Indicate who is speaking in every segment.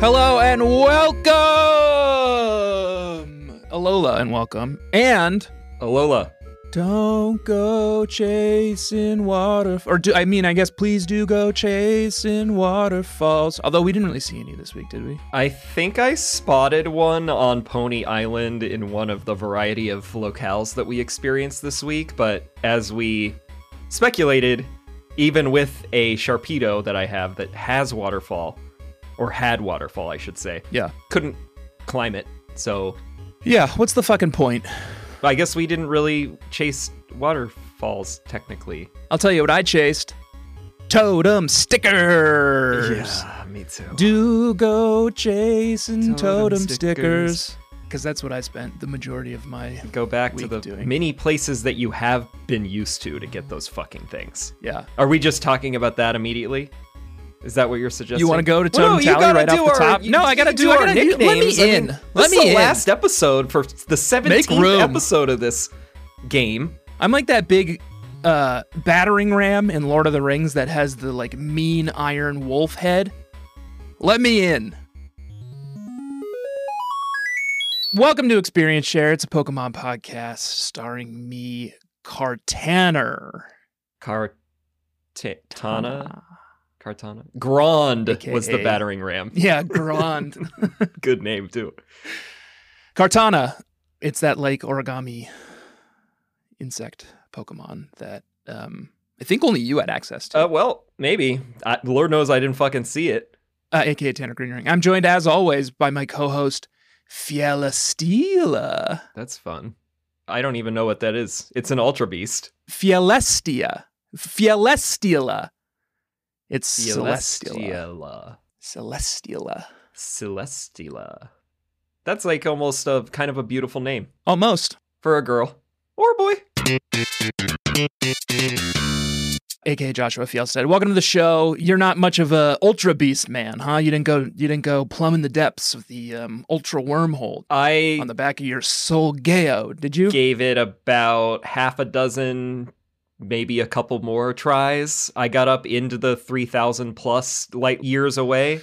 Speaker 1: Hello and welcome, Alola, and welcome. And
Speaker 2: Alola.
Speaker 1: don't go chasing water, or do I mean? I guess please do go chasing waterfalls. Although we didn't really see any this week, did we?
Speaker 2: I think I spotted one on Pony Island in one of the variety of locales that we experienced this week, but as we speculated, even with a Sharpedo that I have that has waterfall, or had waterfall, I should say,
Speaker 1: Yeah.
Speaker 2: couldn't climb it. So
Speaker 1: Yeah. What's the fucking point?
Speaker 2: I guess we didn't really chase waterfalls technically.
Speaker 1: I'll tell you what I chased. Totem stickers.
Speaker 2: me too.
Speaker 1: Do go chasing totem,
Speaker 2: Totem
Speaker 1: stickers. Because that's what I spent the majority of my.
Speaker 2: Go back to
Speaker 1: Week
Speaker 2: the
Speaker 1: doing.
Speaker 2: many places that you have been used to to get those fucking things.
Speaker 1: Yeah.
Speaker 2: Are we just talking about that immediately? Is that what you're suggesting?
Speaker 1: You want to go to Totem
Speaker 2: Well, no, you
Speaker 1: Tally
Speaker 2: gotta
Speaker 1: right off
Speaker 2: do
Speaker 1: the
Speaker 2: our-
Speaker 1: top?
Speaker 2: you-
Speaker 1: no, I
Speaker 2: you
Speaker 1: gotta
Speaker 2: do
Speaker 1: I
Speaker 2: our
Speaker 1: gotta Let me
Speaker 2: nicknames. I mean,
Speaker 1: in.
Speaker 2: this
Speaker 1: let
Speaker 2: is
Speaker 1: me
Speaker 2: the
Speaker 1: in.
Speaker 2: last episode for the 17th
Speaker 1: room.
Speaker 2: episode of this game.
Speaker 1: I'm like that big uh, battering ram in Lord of the Rings that has the like mean iron wolf head. Let me in. Welcome to Experience Share. It's a Pokemon podcast starring me, Cartanner.
Speaker 2: Cartana?
Speaker 1: Ah.
Speaker 2: Cartana? Grand was the
Speaker 1: AKA.
Speaker 2: battering ram.
Speaker 1: Yeah, Grand.
Speaker 2: Good name, too.
Speaker 1: Cartana. It's that like origami insect Pokemon that um, I think only you had access to.
Speaker 2: Uh, well, maybe. I, Lord knows I didn't fucking see it.
Speaker 1: uh, aka Tanner Greenring. I'm joined as always by my co-host Fiela Stila.
Speaker 2: That's fun. I don't even know what that is. It's an Ultra Beast.
Speaker 1: Fielestia. Fielestila. It's Celestia.
Speaker 2: Celestia.
Speaker 1: Celestila.
Speaker 2: Celestila. That's like almost a kind of a beautiful name
Speaker 1: Almost.
Speaker 2: for a girl or a boy.
Speaker 1: AKA Joshua Fielstead. Welcome to the show. You're not much of a ultra beast man, huh? You didn't go you didn't go plumbing the depths of the um, ultra wormhole
Speaker 2: I
Speaker 1: on the back of your soul geo, did you?
Speaker 2: gave it about half a dozen, maybe a couple more tries. I got up into the 3,000 plus light years away.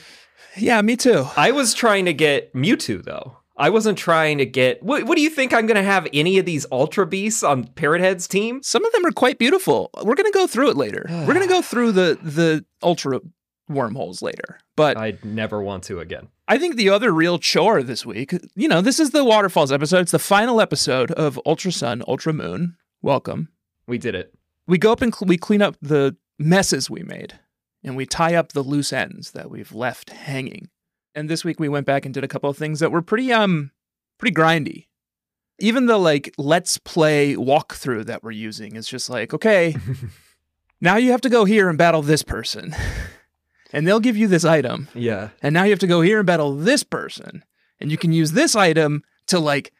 Speaker 1: Yeah, me too.
Speaker 2: I was trying to get Mewtwo though. I wasn't trying to get. What, what do you think? I'm going to have any of these Ultra Beasts on Parrot Head's team?
Speaker 1: Some of them are quite beautiful. We're gonna go through it later. We're gonna go through the the ultra wormholes later. But
Speaker 2: I'd never want to again.
Speaker 1: I think the other real chore this week, you know, this is the waterfalls episode. It's the final episode of Ultra Sun, Ultra Moon. Welcome.
Speaker 2: We did it.
Speaker 1: We go up and cl- we clean up the messes we made, and we tie up the loose ends that we've left hanging. And this week we went back and did a couple of things that were pretty um pretty grindy. Even the like let's play walkthrough that we're using is just like okay. Now you have to go here and battle this person. and they'll give you this item.
Speaker 2: yeah.
Speaker 1: And now you have to go here and battle this person. And you can use this item to like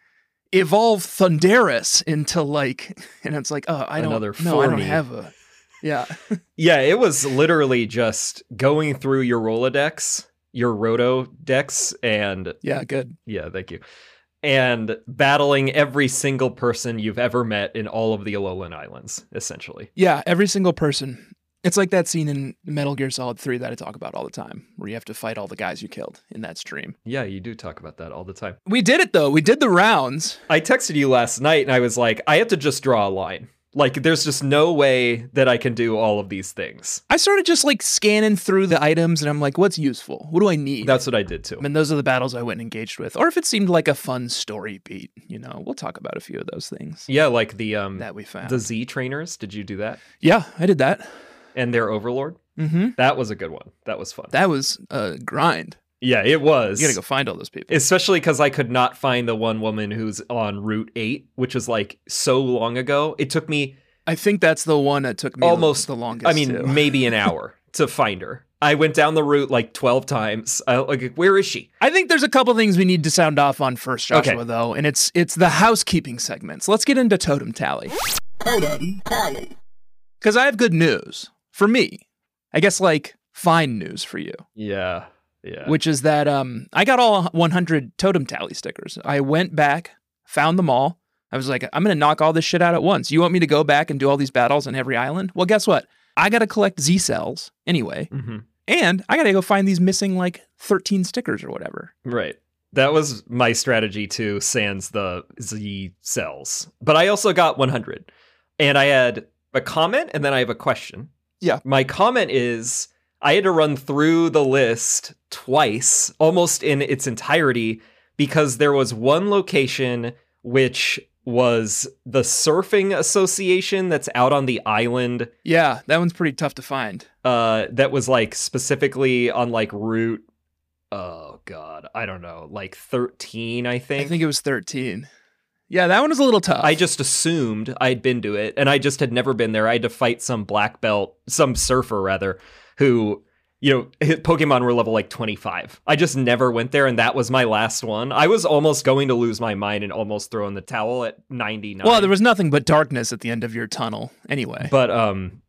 Speaker 1: evolve Thunderus into like and it's like, oh, I don't
Speaker 2: Another
Speaker 1: no, I don't
Speaker 2: Formy.
Speaker 1: have a Yeah.
Speaker 2: Yeah, it was literally just going through your Rolodex, your Roto Dex, and
Speaker 1: Yeah, good.
Speaker 2: yeah, thank you. And battling every single person you've ever met in all of the Alolan Islands, essentially.
Speaker 1: Yeah, every single person. It's like that scene in Metal Gear Solid 3 that I talk about all the time, where you have to fight all the guys you killed in that stream.
Speaker 2: Yeah, you do talk about that all the time.
Speaker 1: We did it though. We did the rounds.
Speaker 2: I texted you last night and I was like, I have to just draw a line. Like, there's just no way that I can do all of these things.
Speaker 1: I started just like scanning through the items and I'm like, what's useful? What do I need?
Speaker 2: That's what I did too.
Speaker 1: And those are the battles I went and engaged with. Or if it seemed like a fun story beat, you know, we'll talk about a few of those things
Speaker 2: Yeah, like the um
Speaker 1: that we found.
Speaker 2: the Z trainers. Did you do that?
Speaker 1: yeah, I did that.
Speaker 2: And their Overlord.
Speaker 1: Mm-hmm.
Speaker 2: That was a good one. That was fun.
Speaker 1: That was a grind.
Speaker 2: yeah, it was.
Speaker 1: You gotta go find all those people.
Speaker 2: especially because I could not find the one woman who's on Route Eight, which was like so long ago. It took me,
Speaker 1: I think that's the one that took me
Speaker 2: Almost-
Speaker 1: the longest.
Speaker 2: I mean,
Speaker 1: too.
Speaker 2: maybe an hour to find her. I went down the route like twelve times. I, like, where is she?
Speaker 1: I think there's a couple things we need to sound off on first, Joshua,
Speaker 2: Okay.
Speaker 1: though, and it's it's the housekeeping segments. Let's get into Totem Tally. Totem Tally. Because I have good news for me. I guess like fine news for you,
Speaker 2: Yeah, yeah.
Speaker 1: which is that um I got all 100 Totem Tally stickers. I went back, found them all. I was like, I'm gonna knock all this shit out at once. You want me to go back and do all these battles on every island? Well, guess what? I gotta collect Z cells anyway
Speaker 2: Mhm.
Speaker 1: And I gotta go find these missing like 13 stickers or whatever.
Speaker 2: Right. That was my strategy to sans the Z cells. But I also got 100. And I had a comment and then I have a question.
Speaker 1: Yeah.
Speaker 2: My comment is I had to run through the list twice, almost in its entirety, because there was one location which was the surfing association that's out on the island
Speaker 1: Yeah, that one's pretty tough to find.
Speaker 2: uh, that was like specifically on like route. Oh god, I don't know, like thirteen, I think.
Speaker 1: I think it was 13. Yeah, that one was a little tough.
Speaker 2: I just assumed I'd been to it, and I just had never been there. I had to fight some black belt, some surfer rather, who you know his Pokemon were level like twenty five. I just never went there, and that was my last one. I was almost going to lose my mind and almost throw in the towel at ninety nine.
Speaker 1: well, there was nothing but darkness at the end of your tunnel anyway.
Speaker 2: But um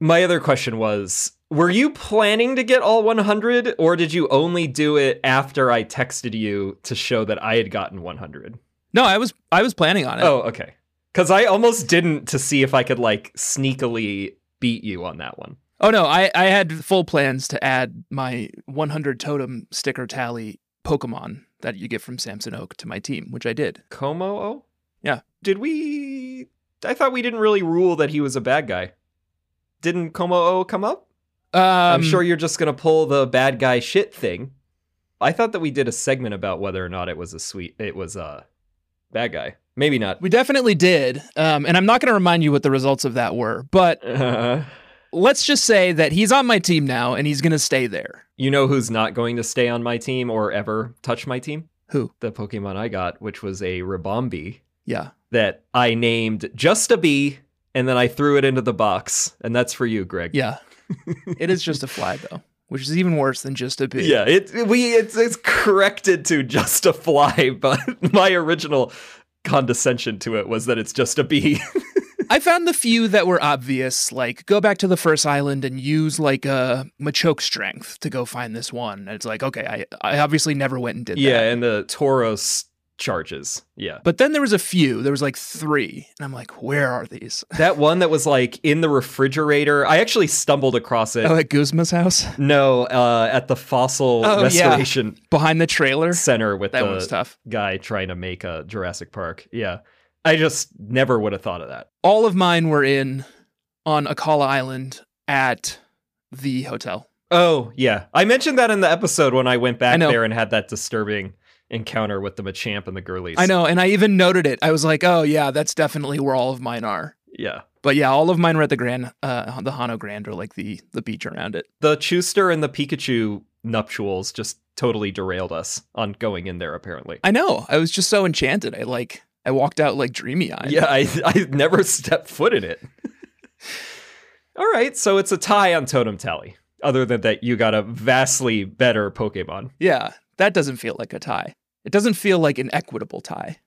Speaker 2: my other question was were you planning to get all 100 or did you only do it after I texted you to show that I had gotten 100?
Speaker 1: No, I was I was planning on it.
Speaker 2: Oh, okay. Cuz I almost didn't to see if I could like sneakily beat you on that one.
Speaker 1: Oh no, I, I had full plans to add my 100 totem sticker tally Pokemon that you get from Samson Oak to my team, which I did.
Speaker 2: Como? Oh?
Speaker 1: Yeah.
Speaker 2: Did we I thought we didn't really rule that he was a bad guy. Didn't Como come up?
Speaker 1: Um,
Speaker 2: I'm sure you're just gonna pull the bad guy shit thing. I thought that we did a segment about whether or not it was a sweet, it was a bad guy. Maybe not.
Speaker 1: we definitely did. Um, and I'm not going to remind you what the results of that were, but
Speaker 2: Uh,
Speaker 1: let's just say that he's on my team now and he's going to stay there.
Speaker 2: you know who's not going to stay on my team or ever touch my team?
Speaker 1: Who?
Speaker 2: The Pokemon I got, which was a Ribombi
Speaker 1: Yeah.
Speaker 2: that I named just a bee, and then I threw it into the box, and that's for you, Greg.
Speaker 1: Yeah. it is just a fly, though, which is even worse than just a bee.
Speaker 2: Yeah, it we it's, it's corrected to just a fly, but my original condescension to it was that it's just a bee.
Speaker 1: I found the few that were obvious, like go back to the first island and use like a Machoke strength to go find this one. And it's like, okay, I, I obviously never went and did
Speaker 2: yeah,
Speaker 1: that.
Speaker 2: and the Tauros charges. Yeah.
Speaker 1: But then there was a few. There was like three. And I'm like, where are these?
Speaker 2: That one that was like in the refrigerator. I actually stumbled across it.
Speaker 1: Oh, at Guzma's house?
Speaker 2: no, uh, at the fossil
Speaker 1: Oh, yeah.
Speaker 2: restoration
Speaker 1: Behind the trailer?
Speaker 2: center with
Speaker 1: That
Speaker 2: the
Speaker 1: one's tough.
Speaker 2: guy trying to make a Jurassic Park. Yeah. I just never would have thought of that.
Speaker 1: All of mine were in on Akala Island at the hotel.
Speaker 2: Oh, yeah. I mentioned that in the episode when I went
Speaker 1: I
Speaker 2: back
Speaker 1: know.
Speaker 2: there and had that disturbing encounter with the Machamp and the girlies.
Speaker 1: I know. And I even noted it. I was like, oh, yeah, that's definitely where all of mine are.
Speaker 2: Yeah.
Speaker 1: But yeah, all of mine were at the Grand, uh, the Hano Grand or like the, the beach around it.
Speaker 2: The Chewster and the Pikachu nuptials just totally derailed us on going in there, apparently.
Speaker 1: I know. I was just so enchanted. I like I walked out like dreamy eyed.
Speaker 2: Yeah, I, I never stepped foot in it. All right, so it's a tie on Totem Tally. Other than that, you got a vastly better Pokemon.
Speaker 1: Yeah. That doesn't feel like a tie. It doesn't feel like an equitable tie.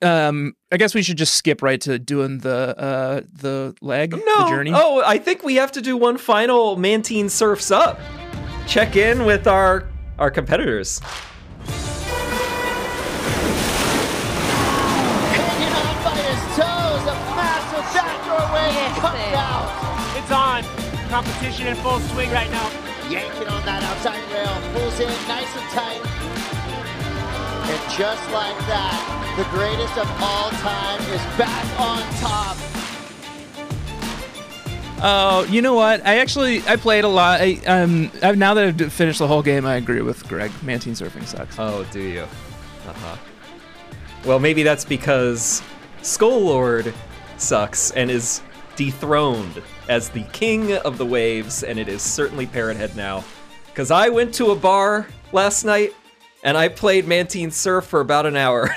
Speaker 1: Um I guess we should just skip right to doing the uh the leg, the journey.
Speaker 2: Oh, I think we have to do one final Mantine Surfs Up. Check in with our our competitors.
Speaker 3: hanging on by his toes. A massive backdoor wave
Speaker 4: Yes,
Speaker 3: comes
Speaker 4: it-
Speaker 3: out.
Speaker 5: It's on. Competition in full swing right now.
Speaker 3: Yanking on that outside rail. Pulls in nice and tight. And just like that, the greatest of all time is back on top.
Speaker 1: Oh, you know what? I actually I played a lot. I um I, now that I've d- finished the whole game, I agree with Greg. Mantine surfing sucks.
Speaker 2: Oh, do you? Uh huh. Well, maybe that's because Skull Lord sucks and is dethroned as the king of the waves, and it is certainly Parrothead now. Because I went to a bar last night and I played Mantine Surf for about an hour.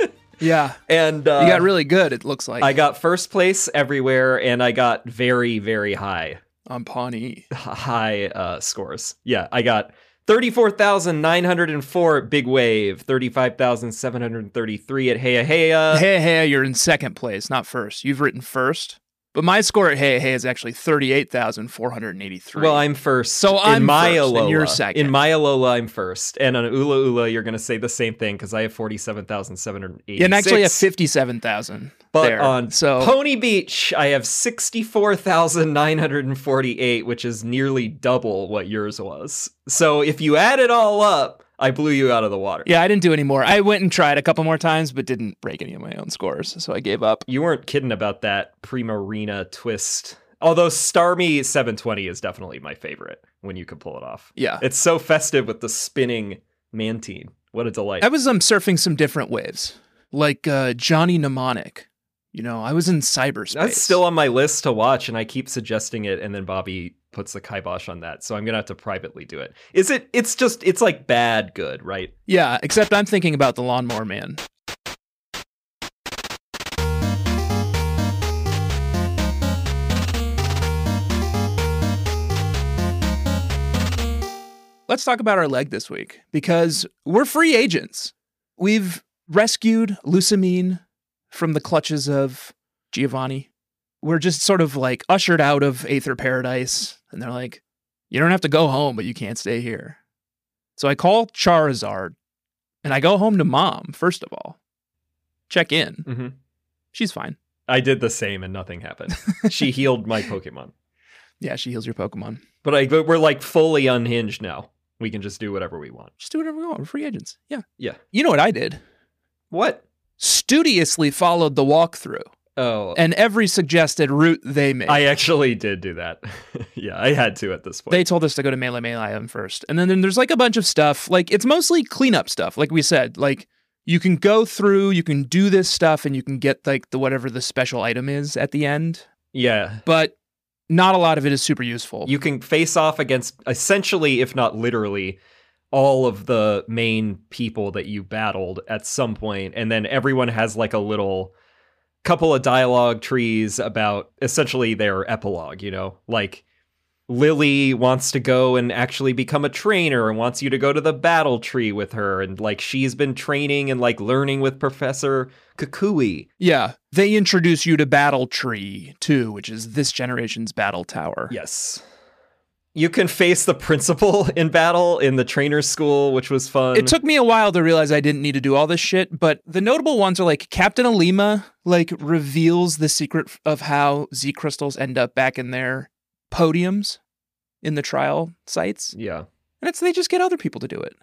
Speaker 1: yeah.
Speaker 2: and uh,
Speaker 1: You got really good. It looks like
Speaker 2: I got first place everywhere, and I got very, very high
Speaker 1: on Pawnee.
Speaker 2: high uh, scores. Yeah, I got 34,904 at Big Wave, 35,733 at Heya Heya. Uh,
Speaker 1: Hey, hey, you're in second place, not first. You've written first, But my score at Hey Hey is actually 38,483.
Speaker 2: Well, I'm first.
Speaker 1: So
Speaker 2: in
Speaker 1: I'm
Speaker 2: my
Speaker 1: first, and
Speaker 2: Alola.
Speaker 1: you're second.
Speaker 2: In my Alola, I'm first, and on Ula Ula, you're gonna say the same thing because I have forty-seven thousand seven hundred eighty.
Speaker 1: and actually have 57,000
Speaker 2: But
Speaker 1: there.
Speaker 2: on
Speaker 1: so
Speaker 2: Pony Beach, I have sixty-four thousand nine hundred and forty-eight, which is nearly double what yours was. So if you add it all up, I blew you out of the water.
Speaker 1: yeah, I didn't do any more. I went and tried a couple more times, but didn't break any of my own scores, so I gave up.
Speaker 2: You weren't kidding about that Primarina twist. Although Starmie 720 is definitely my favorite when you can pull it off.
Speaker 1: Yeah,
Speaker 2: It's so festive with the spinning mantine. What a delight.
Speaker 1: I was um surfing some different waves, like uh, Johnny Mnemonic. You know, I was in cyberspace.
Speaker 2: That's still on my list to watch, and I keep suggesting it, and then Bobby puts the kibosh on that. So I'm gonna have to privately do it. Is it? It's just. It's like bad good, right?
Speaker 1: yeah. Except I'm thinking about the Lawnmower Man. Let's talk about our leg this week because we're free agents. We've rescued Lusamine from the clutches of Giovanni. We're just sort of like ushered out of Aether Paradise, and they're like, you don't have to go home, but you can't stay here. So I call Charizard and I go home to mom, first of all. Check in.
Speaker 2: Mm-hmm.
Speaker 1: She's fine.
Speaker 2: I did the same, and nothing happened. she healed my Pokemon,
Speaker 1: Yeah, she heals your Pokemon.
Speaker 2: but I. But we're like fully unhinged now. We can just do whatever we want.
Speaker 1: Just do whatever we want. We're free agents. Yeah.
Speaker 2: Yeah.
Speaker 1: You know what I did?
Speaker 2: What?
Speaker 1: Studiously followed the walkthrough
Speaker 2: Oh,
Speaker 1: and every suggested route they made.
Speaker 2: I actually did do that. yeah, I had to at this point.
Speaker 1: They told us to go to Melee Melee Island first. And then, then there's like a bunch of stuff. Like it's mostly cleanup stuff, like we said. Like you can go through, you can do this stuff, and you can get like the whatever the special item is at the end.
Speaker 2: yeah.
Speaker 1: But not a lot of it is super useful.
Speaker 2: You can face off against essentially, if not literally, all of the main people that you battled at some point, and then everyone has like a little couple of dialogue trees about essentially their epilogue, you know? Like Lily wants to go and actually become a trainer and wants you to go to the battle tree with her and like she's been training and like learning with Professor Kakui.
Speaker 1: yeah. They introduce you to Battle Tree too, which is this generation's battle tower.
Speaker 2: Yes. You can face the principal in battle in the trainer's school, which was fun.
Speaker 1: It took me a while to realize I didn't need to do all this shit, but the notable ones are like Captain Alima like reveals the secret of how Z crystals end up back in their podiums in the trial sites.
Speaker 2: Yeah.
Speaker 1: And it's they just get other people to do it.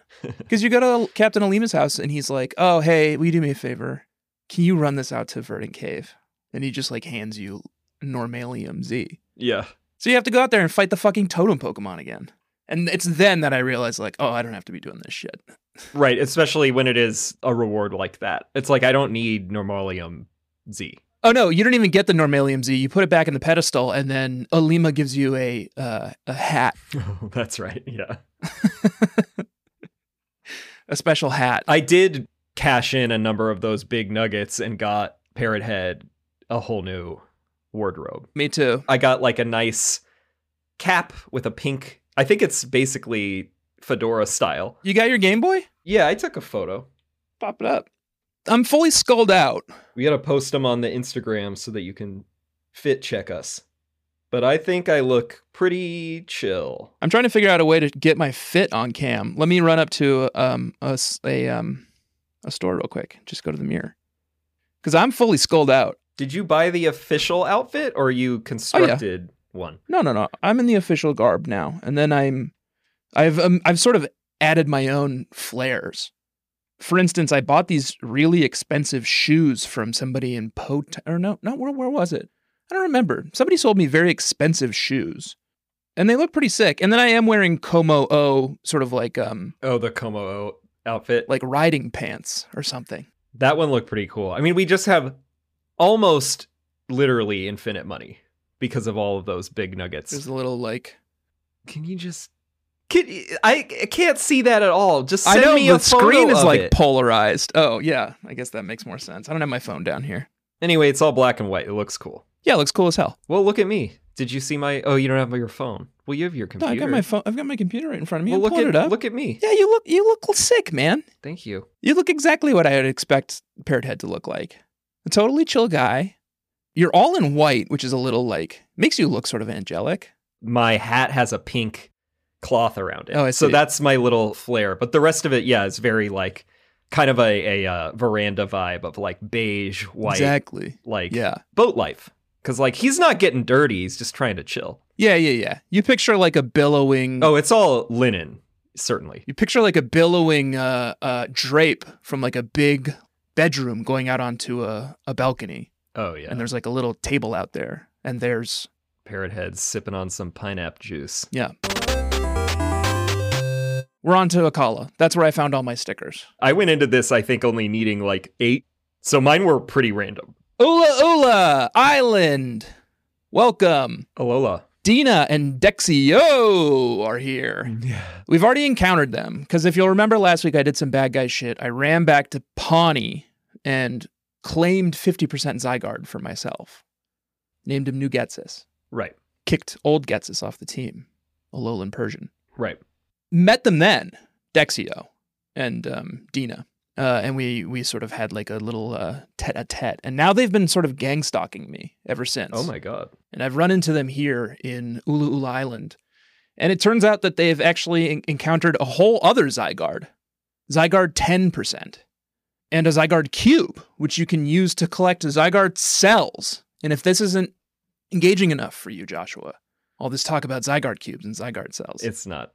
Speaker 1: Cuz you go to Captain Alima's house and he's like, "Oh, hey, will you do me a favor? Can you run this out to Verdant Cave?" And he just like hands you Normalium Z.
Speaker 2: Yeah.
Speaker 1: So you have to go out there and fight the fucking totem Pokemon again. And it's then that I realize, like, oh, I don't have to be doing this shit.
Speaker 2: Right. Especially when it is a reward like that. It's like, I don't need Normalium Z.
Speaker 1: Oh no, you don't even get the Normalium Z. You put it back in the pedestal, and then Olima gives you a uh, a hat,
Speaker 2: Oh, that's right. Yeah.
Speaker 1: a special hat.
Speaker 2: I did cash in a number of those big nuggets and got Parrot Head a whole new wardrobe.
Speaker 1: Me too.
Speaker 2: I got like a nice cap with a pink, I think it's basically fedora style.
Speaker 1: You got your Game Boy?
Speaker 2: Yeah, I took a photo.
Speaker 1: Pop it up. I'm fully skulled out.
Speaker 2: We gotta post them on the Instagram so that you can fit check us. But I think I look pretty chill.
Speaker 1: I'm trying to figure out a way to get my fit on cam. Let me run up to um a, s- a um a store real quick. Just go to the mirror, because I'm fully skulled out.
Speaker 2: Did you buy the official outfit or
Speaker 1: Oh,
Speaker 2: you constructed one?
Speaker 1: No, no, no. I'm in the official garb now, and then I'm, I've, um, I've sort of added my own flares. For instance, I bought these really expensive shoes from somebody in Pot or no, no, where where was it? I don't remember. Somebody sold me very expensive shoes, and they look pretty sick. And then I am wearing Como O, sort of like um,
Speaker 2: Oh, the Como O outfit.
Speaker 1: like riding pants or something.
Speaker 2: that one looked pretty cool. I mean, we just have almost literally infinite money because of all of those big nuggets.
Speaker 1: There's a little like
Speaker 2: Can you just can, I I can't see that at all. Just send
Speaker 1: I know
Speaker 2: me
Speaker 1: the
Speaker 2: a photo
Speaker 1: screen is
Speaker 2: of
Speaker 1: like
Speaker 2: it.
Speaker 1: polarized. Oh yeah, I guess that makes more sense. I don't have my phone down here.
Speaker 2: Anyway, it's all black and white. It looks cool.
Speaker 1: Yeah, it looks cool as hell.
Speaker 2: Well, look at me. Did you see my? Oh, you don't have your phone. Well, you have your
Speaker 1: No,
Speaker 2: computer.
Speaker 1: I got my phone. I've got my computer right in front of me.
Speaker 2: Well,
Speaker 1: I'm
Speaker 2: look
Speaker 1: pulling
Speaker 2: at
Speaker 1: it up.
Speaker 2: look at me.
Speaker 1: yeah, you look you look sick, man.
Speaker 2: Thank you.
Speaker 1: You look exactly what I would expect Parrot Head to look like. A totally chill guy, You're all in white, which is a little like makes you look sort of angelic.
Speaker 2: My hat has a pink cloth around it.
Speaker 1: Oh, I
Speaker 2: so
Speaker 1: see.
Speaker 2: that's my little flair. But the rest of it, yeah, is very like kind of a, a uh, veranda vibe of like beige, white,
Speaker 1: Exactly.
Speaker 2: like
Speaker 1: Yeah.
Speaker 2: boat life. Because like he's not getting dirty, he's just trying to chill.
Speaker 1: Yeah, yeah, yeah. You picture like a billowing
Speaker 2: Oh, it's all linen, certainly.
Speaker 1: You picture like a billowing uh, uh, drape from like a big bedroom going out onto a, a balcony.
Speaker 2: Oh yeah,
Speaker 1: And there's like a little table out there. And there's,
Speaker 2: parrot heads sipping on some pineapple juice.
Speaker 1: yeah. We're on to Akala. That's where I found all my stickers.
Speaker 2: I went into this, I think, only needing like eight, so mine were pretty random.
Speaker 1: Ula Ula Island. Welcome.
Speaker 2: Alola.
Speaker 1: Dina and Dexio are here.
Speaker 2: Yeah.
Speaker 1: We've already encountered them because if you'll remember last week, I did some bad guy shit. I ran back to Pawnee and claimed 50% Zygarde for myself, named him New Getsis,
Speaker 2: Right.
Speaker 1: kicked old Getsis off the team, a Lowland Persian.
Speaker 2: Right.
Speaker 1: Met them then, Dexio and um, Dina. Uh, and we we sort of had like a little uh, tete a tete. And now they've been sort of gang stalking me ever since
Speaker 2: Oh my god.
Speaker 1: and I've run into them here in Ulu Ulu Island. And it turns out that they've actually en- encountered a whole other Zygarde, Zygarde 10%, and a Zygarde cube, which you can use to collect Zygarde cells. And if this isn't engaging enough for you, Joshua, all this talk about Zygarde cubes and Zygarde cells.
Speaker 2: It's not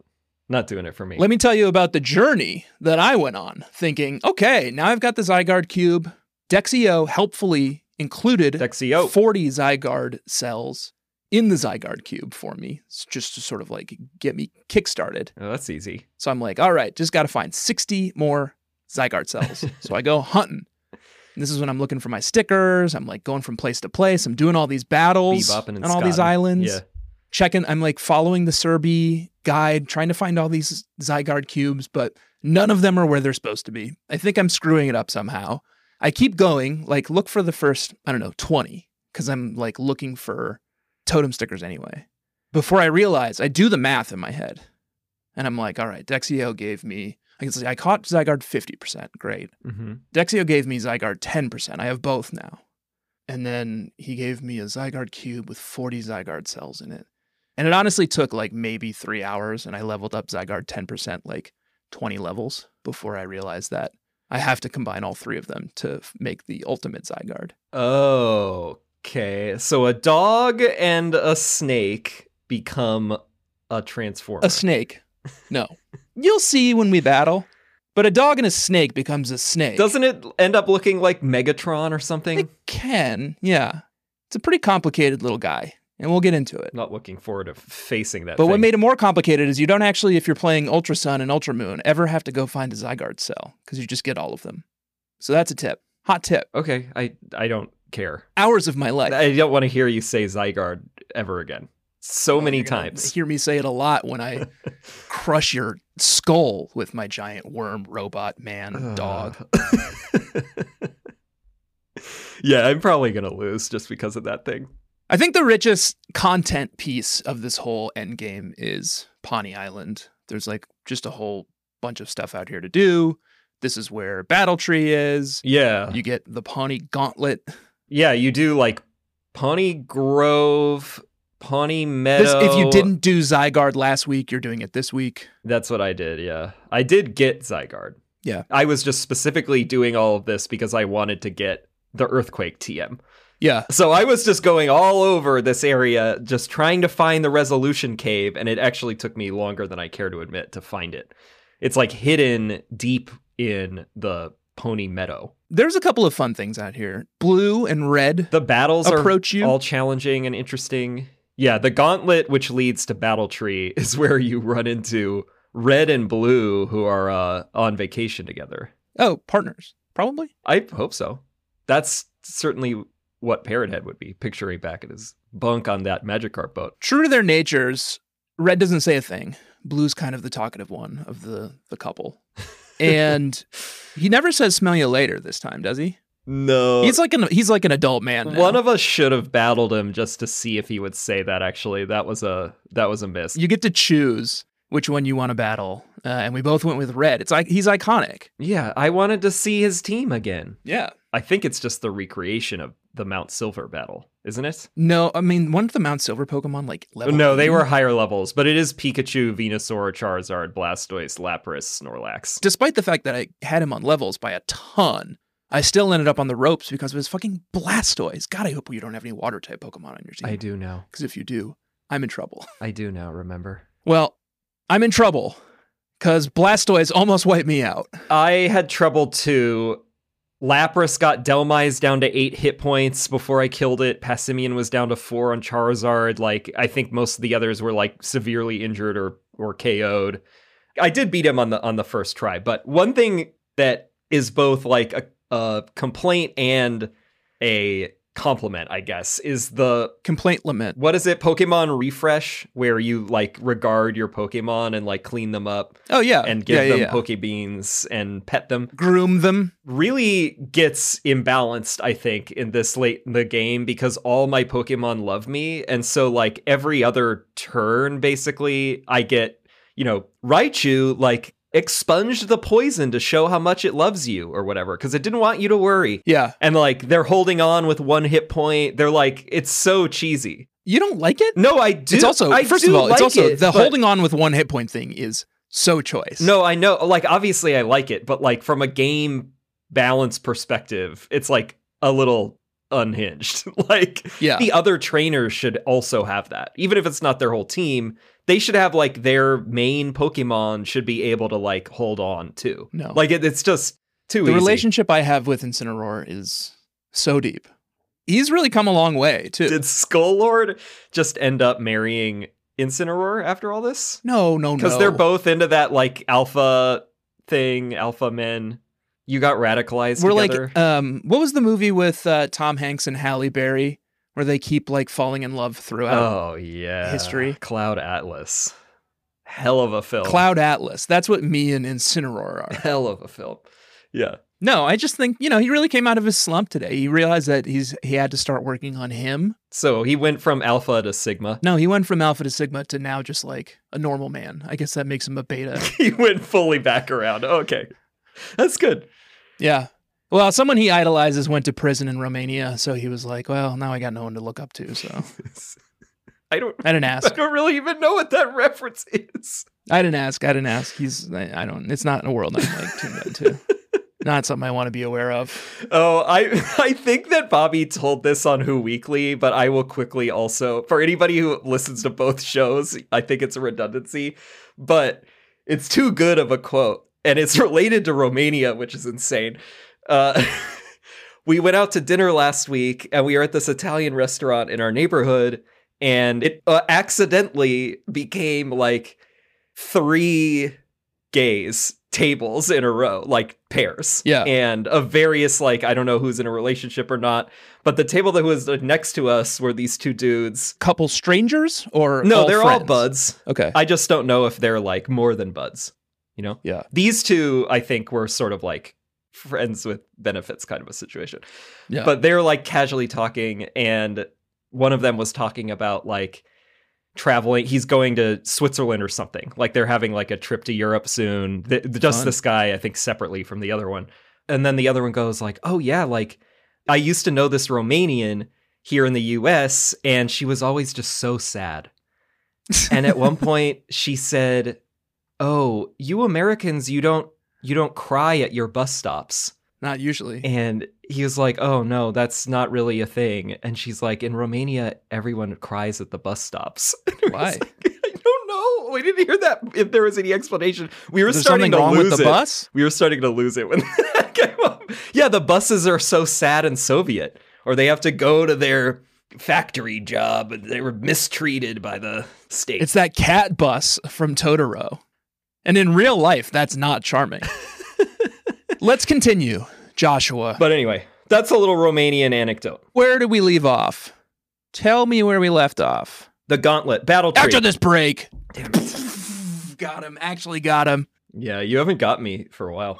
Speaker 2: not doing it for me.
Speaker 1: Let me tell you about the journey that I went on, thinking, okay, now I've got the Zygarde cube. Dexio helpfully included
Speaker 2: Dexio.
Speaker 1: 40 Zygarde cells in the Zygarde cube for me, s- just to sort of like get me kickstarted.
Speaker 2: Oh, that's easy.
Speaker 1: So I'm like, all right, just got to find 60 more Zygarde cells. so I go hunting. And this is when I'm looking for my stickers. I'm like going from place to place. I'm doing all these battles
Speaker 2: Bebopping and
Speaker 1: on all these
Speaker 2: scotting.
Speaker 1: islands
Speaker 2: Yeah.
Speaker 1: checking. I'm like following the Serbi guide, trying to find all these Zygarde cubes, but none of them are where they're supposed to be. I think I'm screwing it up somehow. I keep going, like look for the first, I don't know, 20, because I'm like looking for totem stickers anyway. Before I realize, I do the math in my head, and I'm like, all right, Dexio gave me. I can say I caught Zygarde 50%. Great.
Speaker 2: Mm-hmm.
Speaker 1: Dexio gave me Zygarde 10%. I have both now. And then he gave me a Zygarde cube with 40 Zygarde cells in it. And it honestly took like maybe three hours, and I leveled up Zygarde 10% like 20 levels before I realized that I have to combine all three of them to f- make the ultimate Zygarde.
Speaker 2: Okay. So a dog and a snake become a transformer.
Speaker 1: A snake. No. You'll see when we battle. But a dog and a snake becomes a snake.
Speaker 2: Doesn't it end up looking like Megatron or something?
Speaker 1: it can, yeah. It's a pretty complicated little guy, and we'll get into it.
Speaker 2: Not looking forward to facing that.
Speaker 1: But what
Speaker 2: thing.
Speaker 1: made it more complicated is you don't actually, if you're playing Ultra Sun and Ultra Moon, ever have to go find a Zygarde cell because you just get all of them. So that's a tip. Hot tip.
Speaker 2: Okay, I I don't care.
Speaker 1: Hours of my life.
Speaker 2: I don't want to hear you say Zygarde ever again. So many
Speaker 1: You're gonna
Speaker 2: times.
Speaker 1: Hear me say it a lot when I crush your skull with my giant worm, robot, man,
Speaker 2: Uh.
Speaker 1: dog.
Speaker 2: Ugh. yeah, I'm probably gonna lose just because of that thing.
Speaker 1: I think the richest content piece of this whole endgame is Pawnee Island. There's like just a whole bunch of stuff out here to do. This is where Battle Tree is.
Speaker 2: Yeah,
Speaker 1: You get the Pawnee Gauntlet.
Speaker 2: yeah, you do like Pawnee Grove, Pawnee
Speaker 1: This,
Speaker 2: Meadow.
Speaker 1: if you didn't do Zygarde last week, you're doing it this week.
Speaker 2: that's what I did. Yeah, I did get Zygarde.
Speaker 1: Yeah.
Speaker 2: I was just specifically doing all of this because I wanted to get the earthquake TM.
Speaker 1: Yeah.
Speaker 2: So I was just going all over this area, just trying to find the resolution cave, and it actually took me longer than I care to admit to find it. It's like hidden deep in the pony meadow.
Speaker 1: There's a couple of fun things out here. Blue and red.
Speaker 2: The battles
Speaker 1: Approach
Speaker 2: are
Speaker 1: you?
Speaker 2: all challenging and interesting. Yeah, the gauntlet, which leads to Battle Tree, is where you run into Red and Blue, who are uh, on vacation together.
Speaker 1: Oh, partners. Probably.
Speaker 2: I hope so. That's certainly what Parrothead would be picturing back at his bunk on that Magikarp boat.
Speaker 1: True to their natures, red doesn't say a thing. Blue's kind of the talkative one of the, the couple. And he never says smell you later this time, does he?
Speaker 2: No.
Speaker 1: He's like an he's like an adult man. Now.
Speaker 2: Uh, One of us should have battled him just to see if he would say that. Actually, that was a that was a miss.
Speaker 1: you get to choose which one you want to battle. Uh, and we both went with red. It's like he's iconic.
Speaker 2: Yeah, I wanted to see his team again.
Speaker 1: Yeah.
Speaker 2: I think it's just the recreation of the Mount Silver battle, isn't it?
Speaker 1: No, I mean, one of the Mount Silver Pokemon like level.
Speaker 2: no, they
Speaker 1: three?
Speaker 2: were higher levels, but it is Pikachu, Venusaur, Charizard, Blastoise, Lapras, Snorlax.
Speaker 1: Despite the fact that I had him on levels by a ton, I still ended up on the ropes because of his fucking Blastoise. God, I hope you don't have any water type Pokemon on your team.
Speaker 2: do now.
Speaker 1: Because if you do, I'm in trouble.
Speaker 2: I do now, remember.
Speaker 1: Well, I'm in trouble because Blastoise almost wiped me out.
Speaker 2: I had trouble too. Lapras got Delmize down to eight hit points before I killed it. Passimian was down to four on Charizard. Like I think most of the others were like severely injured or or KO'd. I did beat him on the on the first try, but one thing that is both like a, a complaint and a compliment, I guess, is the
Speaker 1: Complaint lament.
Speaker 2: what is it, Pokemon refresh, where you like regard your Pokemon and like clean them up
Speaker 1: Oh yeah,
Speaker 2: and give
Speaker 1: yeah, yeah,
Speaker 2: them
Speaker 1: yeah.
Speaker 2: poke beans and pet them
Speaker 1: groom them.
Speaker 2: really gets imbalanced i think in this late in the game because all my pokemon love me and so like every other turn basically i get you know raichu like expunged the poison to show how much it loves you or whatever because it didn't want you to worry
Speaker 1: Yeah,
Speaker 2: and like they're holding on with one hit point they're like it's so cheesy
Speaker 1: you don't like it.
Speaker 2: no i do
Speaker 1: it's also
Speaker 2: Mm, I
Speaker 1: first
Speaker 2: do
Speaker 1: of all,
Speaker 2: like
Speaker 1: it's also
Speaker 2: it,
Speaker 1: the
Speaker 2: but-
Speaker 1: holding on with one hit point thing is so choice.
Speaker 2: No, I know. Like, obviously, I like it, but like from a game balance perspective, it's like a little unhinged. like,
Speaker 1: yeah,
Speaker 2: the other trainers should also have that, even if it's not their whole team. They should have like their main Pokemon should be able to like hold on too.
Speaker 1: no.
Speaker 2: Like, it, it's just too
Speaker 1: the
Speaker 2: easy.
Speaker 1: relationship I have with Incineroar is so deep. He's really come a long way too.
Speaker 2: Did Skull Lord just end up marrying Incineroar after all this?
Speaker 1: no, no, no.
Speaker 2: Because they're both into that like alpha thing, alpha men. You got radicalized.
Speaker 1: We're
Speaker 2: together.
Speaker 1: like, um, what was the movie with uh, Tom Hanks and Halle Berry where they keep like falling in love throughout?
Speaker 2: oh yeah
Speaker 1: history.
Speaker 2: cloud atlas hell of a film
Speaker 1: Cloud Atlas. That's what me and Incineroar are.
Speaker 2: hell of a film yeah
Speaker 1: No, I just think you know he really came out of his slump today. He realized that he's he had to start working on him.
Speaker 2: so he went from alpha to sigma
Speaker 1: No, he went from alpha to sigma to now just like a normal man. I guess that makes him a beta.
Speaker 2: he went fully back around okay that's good
Speaker 1: yeah. Well, someone he idolizes went to prison in Romania, so he was like, "Well, now I got no one to look up to." So
Speaker 2: i don't
Speaker 1: I didn't
Speaker 2: i
Speaker 1: ask.
Speaker 2: don't really even know what that reference is
Speaker 1: I didn't ask. I didn't ask. He's I, I don't. It's not a world I'm like tuned into. Not something I want to be aware of.
Speaker 2: Oh, I I think that Bobby told this on Who Weekly, but I will quickly also for anybody who listens to both shows, I think it's a redundancy, but it's too good of a quote, and it's related to Romania, which is insane. Uh, we went out to dinner last week, and we were at this Italian restaurant in our neighborhood, and it uh, accidentally became like three gays tables in a row, like pairs.
Speaker 1: Yeah.
Speaker 2: And of various, like, I don't know who's in a relationship or not. But the table that was next to us were these two dudes.
Speaker 1: Couple strangers or
Speaker 2: No, they're all
Speaker 1: friends?
Speaker 2: buds.
Speaker 1: Okay.
Speaker 2: I just don't know if they're like more than buds, you know?
Speaker 1: Yeah.
Speaker 2: These two, I think, were sort of like friends with benefits kind of a situation.
Speaker 1: Yeah.
Speaker 2: But they're like casually talking, and one of them was talking about like traveling. He's going to Switzerland or something. Like they're having like a trip to Europe soon. Th- th- just
Speaker 1: Fun.
Speaker 2: this guy, I think, separately from the other one. And then the other one goes like, "Oh yeah, like I used to know this Romanian here in the U.S., and she was always just so sad." and at one point, she said, "Oh, you Americans, you don't." You don't cry at your bus stops.
Speaker 1: not usually.
Speaker 2: And he was like, Oh no, that's not really a thing. And she's like, In Romania, everyone cries at the bus stops. And I was
Speaker 1: Why?
Speaker 2: like, I don't know. We didn't hear that if there was any explanation. We were
Speaker 1: There's
Speaker 2: starting
Speaker 1: something
Speaker 2: to
Speaker 1: wrong
Speaker 2: lose
Speaker 1: with the
Speaker 2: it.
Speaker 1: bus.
Speaker 2: We were starting to lose it when that came up. Yeah, the buses are so sad and Soviet, or they have to go to their factory job and they were mistreated by the state.
Speaker 1: It's that cat bus from Totoro. And in real life, that's not charming. Let's continue, Joshua.
Speaker 2: but anyway, that's a little Romanian anecdote.
Speaker 1: where did we leave off? Tell me where we left off.
Speaker 2: The gauntlet, battle tree.
Speaker 1: After this break.
Speaker 2: Damn it.
Speaker 1: Got him. Actually got him.
Speaker 2: Yeah, you haven't got me for a while.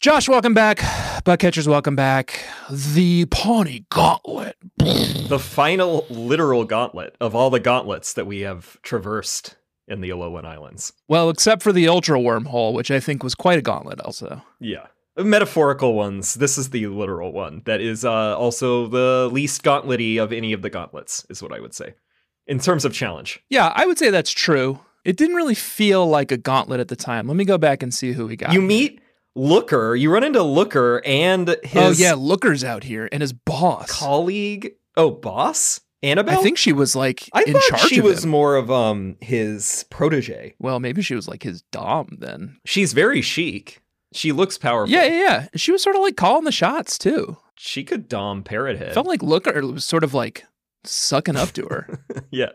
Speaker 1: Josh, welcome back. Butt catchers, welcome back. The Pawnee Gauntlet.
Speaker 2: The final literal gauntlet of all the gauntlets that we have traversed in the Alolan Islands.
Speaker 1: Well, except for the Ultra Wormhole, which I think was quite a gauntlet, also.
Speaker 2: Yeah. Metaphorical ones. This is the literal one that is uh, also the least gauntlety of any of the gauntlets, is what I would say, in terms of challenge.
Speaker 1: Yeah, I would say that's true. It didn't really feel like a gauntlet at the time. Let me go back and see who we got.
Speaker 2: You meet Looker, you run into Looker and
Speaker 1: Oh
Speaker 2: his
Speaker 1: yeah, Looker's out here and his boss.
Speaker 2: colleague. Oh, boss? Annabelle?
Speaker 1: I think she was like
Speaker 2: I
Speaker 1: in
Speaker 2: thought
Speaker 1: charge
Speaker 2: she
Speaker 1: of
Speaker 2: was
Speaker 1: him.
Speaker 2: more of um his protege.
Speaker 1: Well, maybe she was like his dom then.
Speaker 2: She's very chic. She looks powerful.
Speaker 1: Yeah, yeah, yeah. She was sort of like calling the shots too.
Speaker 2: She could dom Parrothead.
Speaker 1: Felt like Looker was sort of like sucking up to her.
Speaker 2: yeah.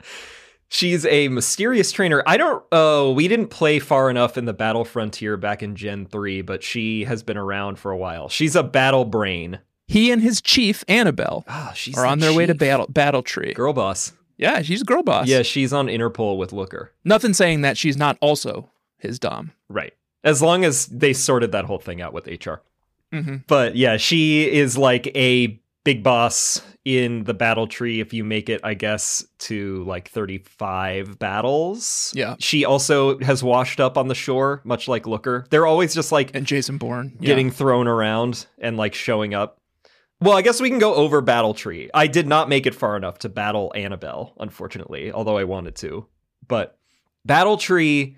Speaker 2: She's a mysterious trainer. I don't oh, we didn't play far enough in the Battle Frontier back in Gen 3, but she has been around for a while. She's a battle brain.
Speaker 1: he and his chief Annabelle
Speaker 2: Ah, she's
Speaker 1: are
Speaker 2: the
Speaker 1: on their way to
Speaker 2: chief.
Speaker 1: battle battle tree.
Speaker 2: Girl boss.
Speaker 1: Yeah, she's a girl boss.
Speaker 2: Yeah, she's on Interpol with Looker.
Speaker 1: Nothing saying that she's not also his dom.
Speaker 2: Right. As long as they sorted that whole thing out with HR.
Speaker 1: Mhm.
Speaker 2: But yeah, she is like a big boss in the battle tree if you make it, I guess, to like 35 battles.
Speaker 1: Yeah.
Speaker 2: She also has washed up on the shore, much like Looker. They're always just like
Speaker 1: And Jason Bourne. Yeah.
Speaker 2: getting thrown around and like showing up. Well, I guess we can go over Battle Tree. I did not make it far enough to battle Annabelle, unfortunately, although I wanted to. But Battle Tree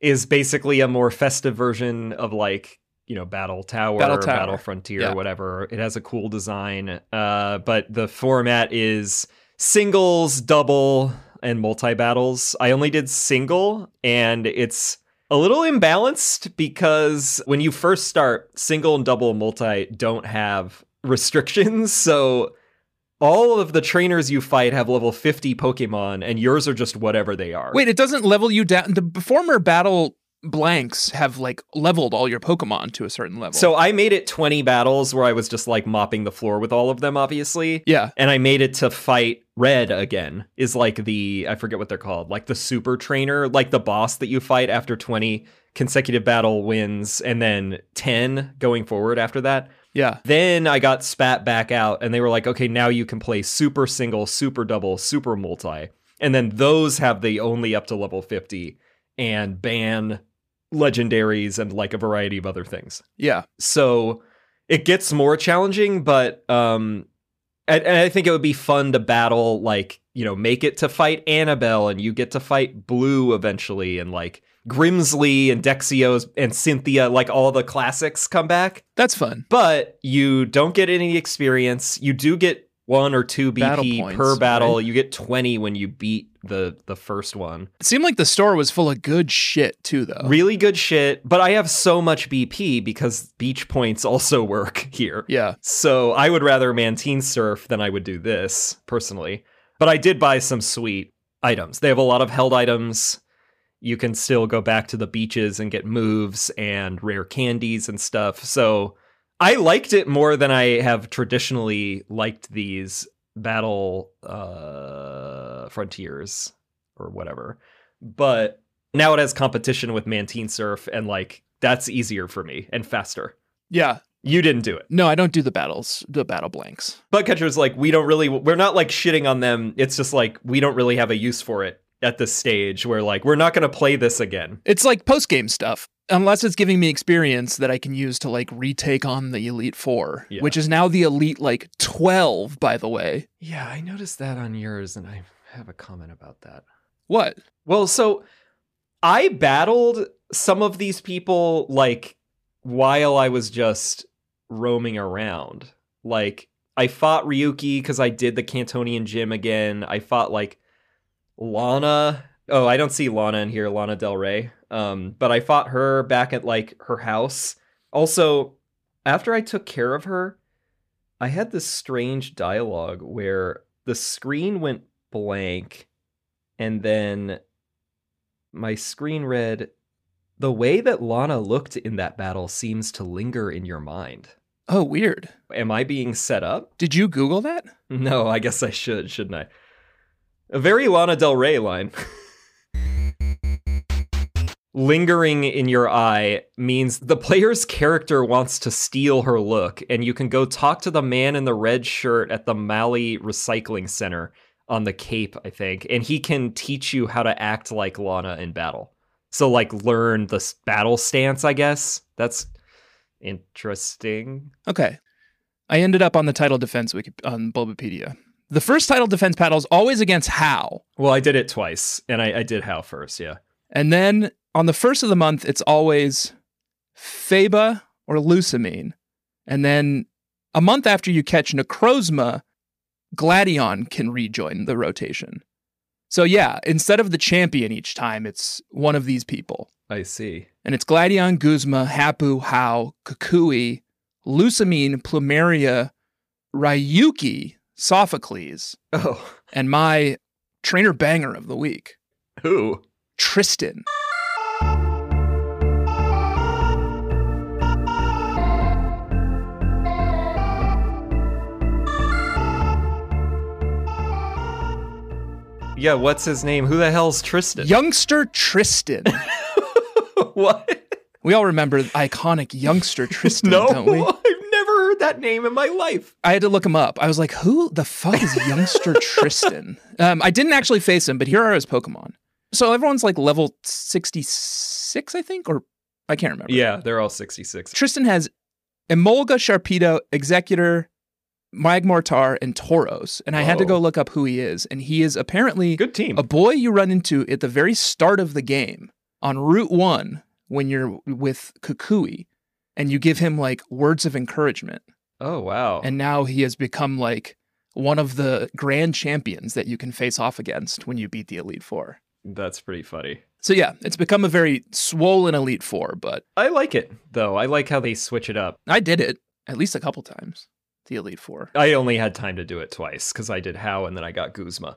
Speaker 2: is basically a more festive version of like, you know, Battle Tower,
Speaker 1: Battle Tower.
Speaker 2: Battle Frontier,
Speaker 1: Yeah.
Speaker 2: whatever. It has a cool design. Uh, but the format is singles, double, and multi battles. I only did single, and it's a little imbalanced because when you first start, single and double multi don't have restrictions. So all of the trainers you fight have level 50 Pokemon, and yours are just whatever they are.
Speaker 1: Wait, it doesn't level you down. The former battle blanks have like leveled all your Pokemon to a certain level.
Speaker 2: So I made it 20 battles where I was just like mopping the floor with all of them, obviously.
Speaker 1: yeah,
Speaker 2: And I made it to fight Red again, is like the, I forget what they're called, like the super trainer, like the boss that you fight after 20 consecutive battle wins and then 10 going forward after that.
Speaker 1: yeah.
Speaker 2: Then I got spat back out, and they were like, okay, now you can play super single, super double, super multi. And then those have the only up to level 50 and ban legendaries and like a variety of other things.
Speaker 1: Yeah.
Speaker 2: So it gets more challenging, but um and, and I think it would be fun to battle like, you know, make it to fight Annabelle and you get to fight Blue eventually and like Grimsley and Dexios and Cynthia, like all the classics come back
Speaker 1: That's fun.
Speaker 2: but you don't get any experience. You do get one or two
Speaker 1: Battle
Speaker 2: BP
Speaker 1: points,
Speaker 2: per battle.
Speaker 1: right?
Speaker 2: You get 20 when you beat the the first one.
Speaker 1: It seemed like the store was full of good shit too though.
Speaker 2: Really good shit, but I have so much BP because beach points also work here.
Speaker 1: yeah.
Speaker 2: So I would rather Mantine Surf than I would do this personally. But I did buy some sweet items. They have a lot of held items. You can still go back to the beaches and get moves and rare candies and stuff. So I liked it more than I have traditionally liked these battle uh, frontiers or whatever. But now it has competition with Mantine Surf, and like that's easier for me and faster.
Speaker 1: Yeah.
Speaker 2: You didn't do it.
Speaker 1: No, I don't do the battles, the battle blanks.
Speaker 2: Bugcatcher's like, we don't really, we're not like shitting on them. It's just like, we don't really have a use for it at this stage. We're like, we're not going to play this again.
Speaker 1: It's like post game stuff. Unless it's giving me experience that I can use to like retake on the Elite Four,
Speaker 2: Yeah.
Speaker 1: which is now the Elite like twelve, by the way.
Speaker 2: Yeah, I noticed that on yours, and I have a comment about that.
Speaker 1: What?
Speaker 2: Well, so I battled some of these people like while I was just roaming around. Like I fought Ryuki because I did the Cantonian gym again. I fought like Lana oh, I don't see Lana in here, Lana Del Rey. Um, but I fought her back at like her house. Also, after I took care of her, I had this strange dialogue where the screen went blank and then my screen read the way that Lana looked in that battle seems to linger in your mind.
Speaker 1: Oh, weird.
Speaker 2: Am I being set up?
Speaker 1: Did you Google that?
Speaker 2: No, I guess I should, shouldn't I? A very Lana Del Rey line. Lingering in your eye means the player's character wants to steal her look, and you can go talk to the man in the red shirt at the Mali Recycling Center on the Cape, I think, and he can teach you how to act like Lana in battle. So, like, learn the s- battle stance, I guess. That's interesting.
Speaker 1: Okay. I ended up on the title defense wiki on Bulbapedia. The first title defense battle is always against How.
Speaker 2: Well, I did it twice, and I, I did How first, yeah.
Speaker 1: And then on the first of the month, it's always Faba or Lucamine. And then a month after you catch Necrozma, Gladion can rejoin the rotation. So yeah, instead of the champion each time, it's one of these people.
Speaker 2: I see.
Speaker 1: And it's Gladion, Guzma, Hapu, How, Kukui, Lucamine, Plumeria, Ryuki, Sophocles,
Speaker 2: Oh,
Speaker 1: and my trainer banger of the week,
Speaker 2: who?
Speaker 1: Tristan.
Speaker 2: Yeah, what's his name? Who the hell's Tristan?
Speaker 1: Youngster Tristan.
Speaker 2: what?
Speaker 1: we all remember the iconic youngster Tristan,
Speaker 2: No,
Speaker 1: don't we?
Speaker 2: I've never heard that name in my life.
Speaker 1: I had to look him up. I was like, who the fuck is youngster Tristan? Um, I didn't actually face him, but here are his Pokemon. So everyone's like level 66, I think, or I can't remember.
Speaker 2: Yeah, they're all 66.
Speaker 1: Tristan has Emolga, Sharpedo, Executor, Magmortar, and Tauros. And I had to
Speaker 2: Whoa.
Speaker 1: go look up who he is. And he is apparently
Speaker 2: Good team.
Speaker 1: a boy you run into at the very start of the game on Route One when you're with Kukui, and you give him like words of encouragement,
Speaker 2: Oh, wow.
Speaker 1: and now he has become like one of the grand champions that you can face off against when you beat the Elite Four.
Speaker 2: That's pretty funny.
Speaker 1: So yeah, it's become a very swollen Elite Four, but
Speaker 2: I like it, though. I like how they switch it up.
Speaker 1: I did it at least a couple times. The Elite Four.
Speaker 2: I only had time to do it twice because I did How and then I got Guzma.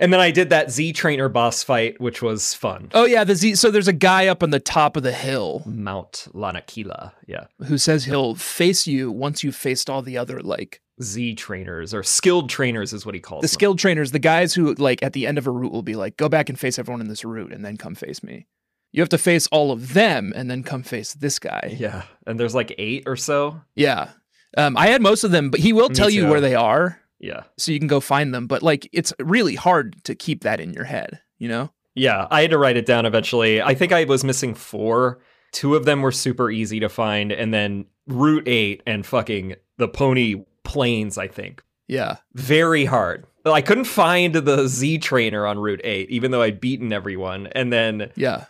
Speaker 2: And then I did that Z Trainer boss fight, which was fun.
Speaker 1: Oh yeah, the Z. So there's a guy up on the top of the hill
Speaker 2: Mount Lanakila. Yeah.
Speaker 1: who says he'll face you once you've faced all the other like
Speaker 2: Z Trainers or Skilled Trainers is what he calls
Speaker 1: the
Speaker 2: them.
Speaker 1: skilled trainers, the guys who like at the end of a route will be like, go back and face everyone in this route and then come face me. You have to face all of them and then come face this guy.
Speaker 2: Yeah. And there's like eight or so.
Speaker 1: Yeah. Um, I had most of them, but he will
Speaker 2: Me
Speaker 1: tell you
Speaker 2: too.
Speaker 1: where they are
Speaker 2: Yeah.
Speaker 1: so you can go find them. But like, it's really hard to keep that in your head, you know?
Speaker 2: Yeah, I had to write it down eventually. I think I was missing four. Two of them were super easy to find, and then Route 8 and fucking the Pony Plains, I think.
Speaker 1: Yeah.
Speaker 2: Very hard. I couldn't find the Z trainer on Route 8, even though I'd beaten everyone. And then
Speaker 1: Yeah.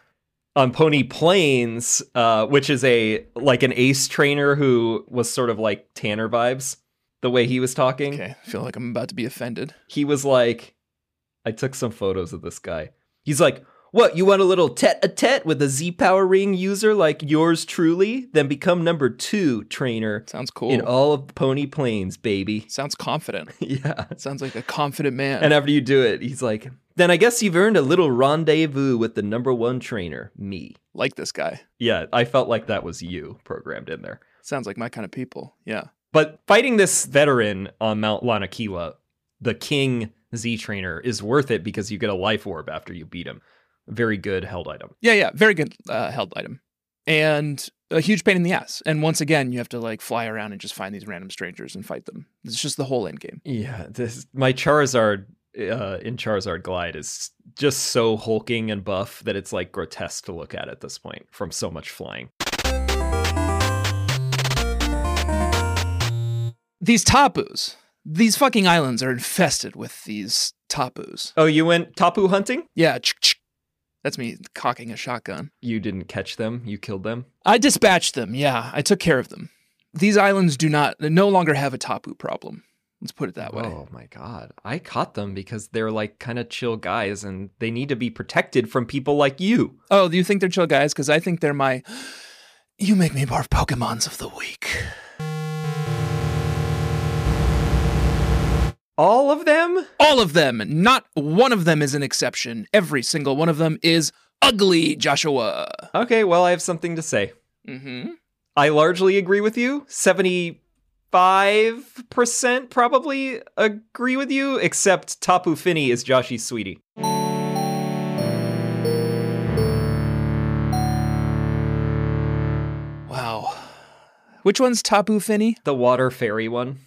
Speaker 2: on Pony Plains, uh, which is a like an ace trainer who was sort of like Tanner vibes, the way he was talking
Speaker 1: Okay. I feel like I'm about to be offended.
Speaker 2: he was like, I took some photos of this guy. He's like, What, you want a little tete a tete with a Z Power Ring user like yours truly? Then become number two trainer
Speaker 1: Sounds cool.
Speaker 2: in all of Pony Plains, baby.
Speaker 1: Sounds confident.
Speaker 2: yeah.
Speaker 1: Sounds like a confident man.
Speaker 2: And after you do it, he's like, Then I guess you've earned a little rendezvous with the number one trainer, me.
Speaker 1: like this guy.
Speaker 2: Yeah, I felt like that was you programmed in there.
Speaker 1: Sounds like my kind of people. Yeah.
Speaker 2: But fighting this veteran on Mount Lanakila, the King Z Trainer, is worth it because you get a life orb after you beat him. Very good held item.
Speaker 1: Yeah, yeah, very good uh, held item, and a huge pain in the ass. And once again, you have to like fly around and just find these random strangers and fight them. It's just the whole end game.
Speaker 2: Yeah, this my Charizard uh, in Charizard Glide is just so hulking and buff that it's like grotesque to look at at this point from so much flying.
Speaker 1: These tapus, these fucking islands are infested with these tapus.
Speaker 2: Oh, you went Tapu hunting?
Speaker 1: Yeah, that's me cocking a shotgun.
Speaker 2: You didn't catch them. You killed them.
Speaker 1: I dispatched them. Yeah, I took care of them. These islands do not no longer have a tapu problem. Let's put it that way.
Speaker 2: Oh my god. I caught them because they're like kind of chill guys and they need to be protected from people like you.
Speaker 1: Oh, do you think they're chill guys? Because I think they're my. You make me barf Pokemons of the week.
Speaker 2: All of them?
Speaker 1: All of them. Not one of them is an exception. Every single one of them is ugly, Joshua.
Speaker 2: Okay, well, I have something to say.
Speaker 1: Mm-hmm.
Speaker 2: I largely agree with you. 75% probably agree with you, except Tapu Fini is Joshy's sweetie.
Speaker 1: Wow. Which one's Tapu Fini?
Speaker 2: The water fairy one.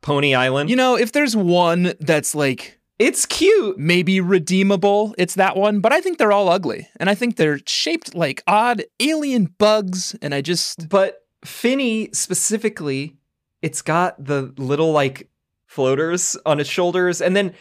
Speaker 2: Pony Island.
Speaker 1: You know, if there's one that's like
Speaker 2: it's cute.
Speaker 1: maybe redeemable, it's that one. But I think they're all ugly, and I think they're shaped like odd alien bugs. And I just
Speaker 2: But Finny specifically, it's got the little like floaters on its shoulders, and then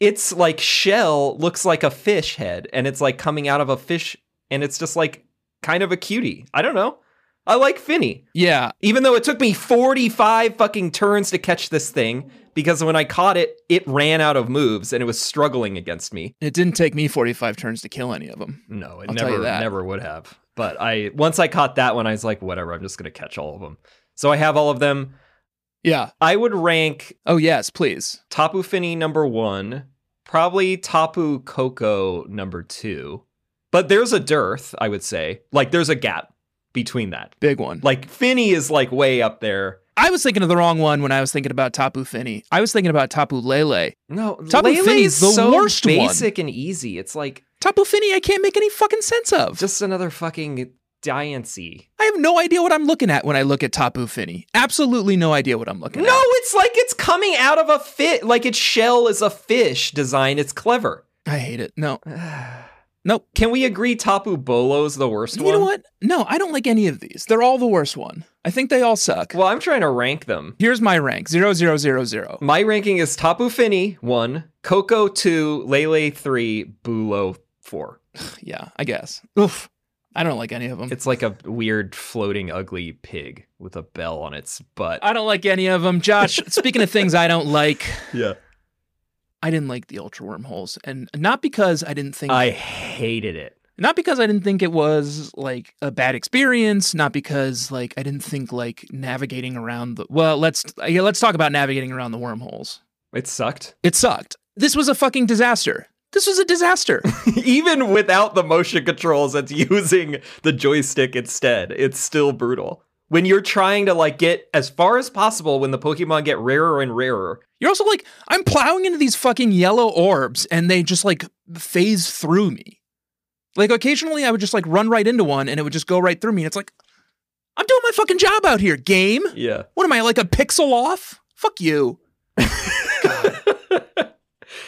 Speaker 2: its like shell looks like a fish head, and it's like coming out of a fish, and it's just like kind of a cutie. I don't know. I like Finny.
Speaker 1: yeah,
Speaker 2: Even though it took me 45 fucking turns to catch this thing, because when I caught it, it ran out of moves and it was struggling against me.
Speaker 1: it didn't take me 45 turns to kill any of them.
Speaker 2: No, it
Speaker 1: I'll tell
Speaker 2: never
Speaker 1: you that.
Speaker 2: never would have. But I once I caught that one, I was like, whatever, I'm just gonna catch all of them. So I have all of them.
Speaker 1: Yeah.
Speaker 2: I would rank
Speaker 1: Oh yes, please.
Speaker 2: Tapu Fini number one, probably Tapu Koko number two. But there's a dearth, I would say. Like there's a gap between that.
Speaker 1: Big one.
Speaker 2: Like Fini is like way up there.
Speaker 1: I was thinking of the wrong one when I was thinking about Tapu Fini. I was thinking about Tapu Lele.
Speaker 2: No,
Speaker 1: Tapu
Speaker 2: Lele
Speaker 1: Fini
Speaker 2: is
Speaker 1: is the
Speaker 2: so
Speaker 1: worst one.
Speaker 2: basic and easy. It's like
Speaker 1: Tapu Fini, I can't make any fucking sense of.
Speaker 2: just another fucking Diancie.
Speaker 1: I have no idea what I'm looking at when I look at Tapu Fini. Absolutely no idea what I'm looking
Speaker 2: No,
Speaker 1: at.
Speaker 2: it's like it's coming out of a fit. Like its shell is a fish design. It's clever.
Speaker 1: I hate it. No. Nope.
Speaker 2: Can we agree Tapu Bolo is the worst
Speaker 1: You
Speaker 2: one?
Speaker 1: know what? No, I don't like any of these. They're all the worst one. I think they all suck.
Speaker 2: Well, I'm trying to rank them.
Speaker 1: Here's my rank zero, zero, zero, zero.
Speaker 2: My ranking is Tapu Fini one, Coco two, Lele three, Bulo four.
Speaker 1: Yeah, I guess. Oof. I don't like any of them.
Speaker 2: It's like a weird floating ugly pig with a bell on its butt.
Speaker 1: I don't like any of them. Josh, speaking of things I don't like,
Speaker 2: yeah,
Speaker 1: I didn't like the ultra wormholes. And not because I didn't think
Speaker 2: I hated it.
Speaker 1: not because I didn't think it was like a bad experience, not because like I didn't think like navigating around the well, let's yeah, let's talk about navigating around the wormholes.
Speaker 2: It sucked.
Speaker 1: It sucked. This was a fucking disaster. This was a disaster.
Speaker 2: Even without the motion controls, it's using the joystick instead. It's still brutal. When you're trying to like get as far as possible when the Pokemon get rarer and rarer,
Speaker 1: You're also like I'm plowing into these fucking yellow orbs and they just like phase through me. Like occasionally I would just like run right into one and it would just go right through me and it's like I'm doing my fucking job out here, game.
Speaker 2: yeah.
Speaker 1: What am I like a pixel off? Fuck you.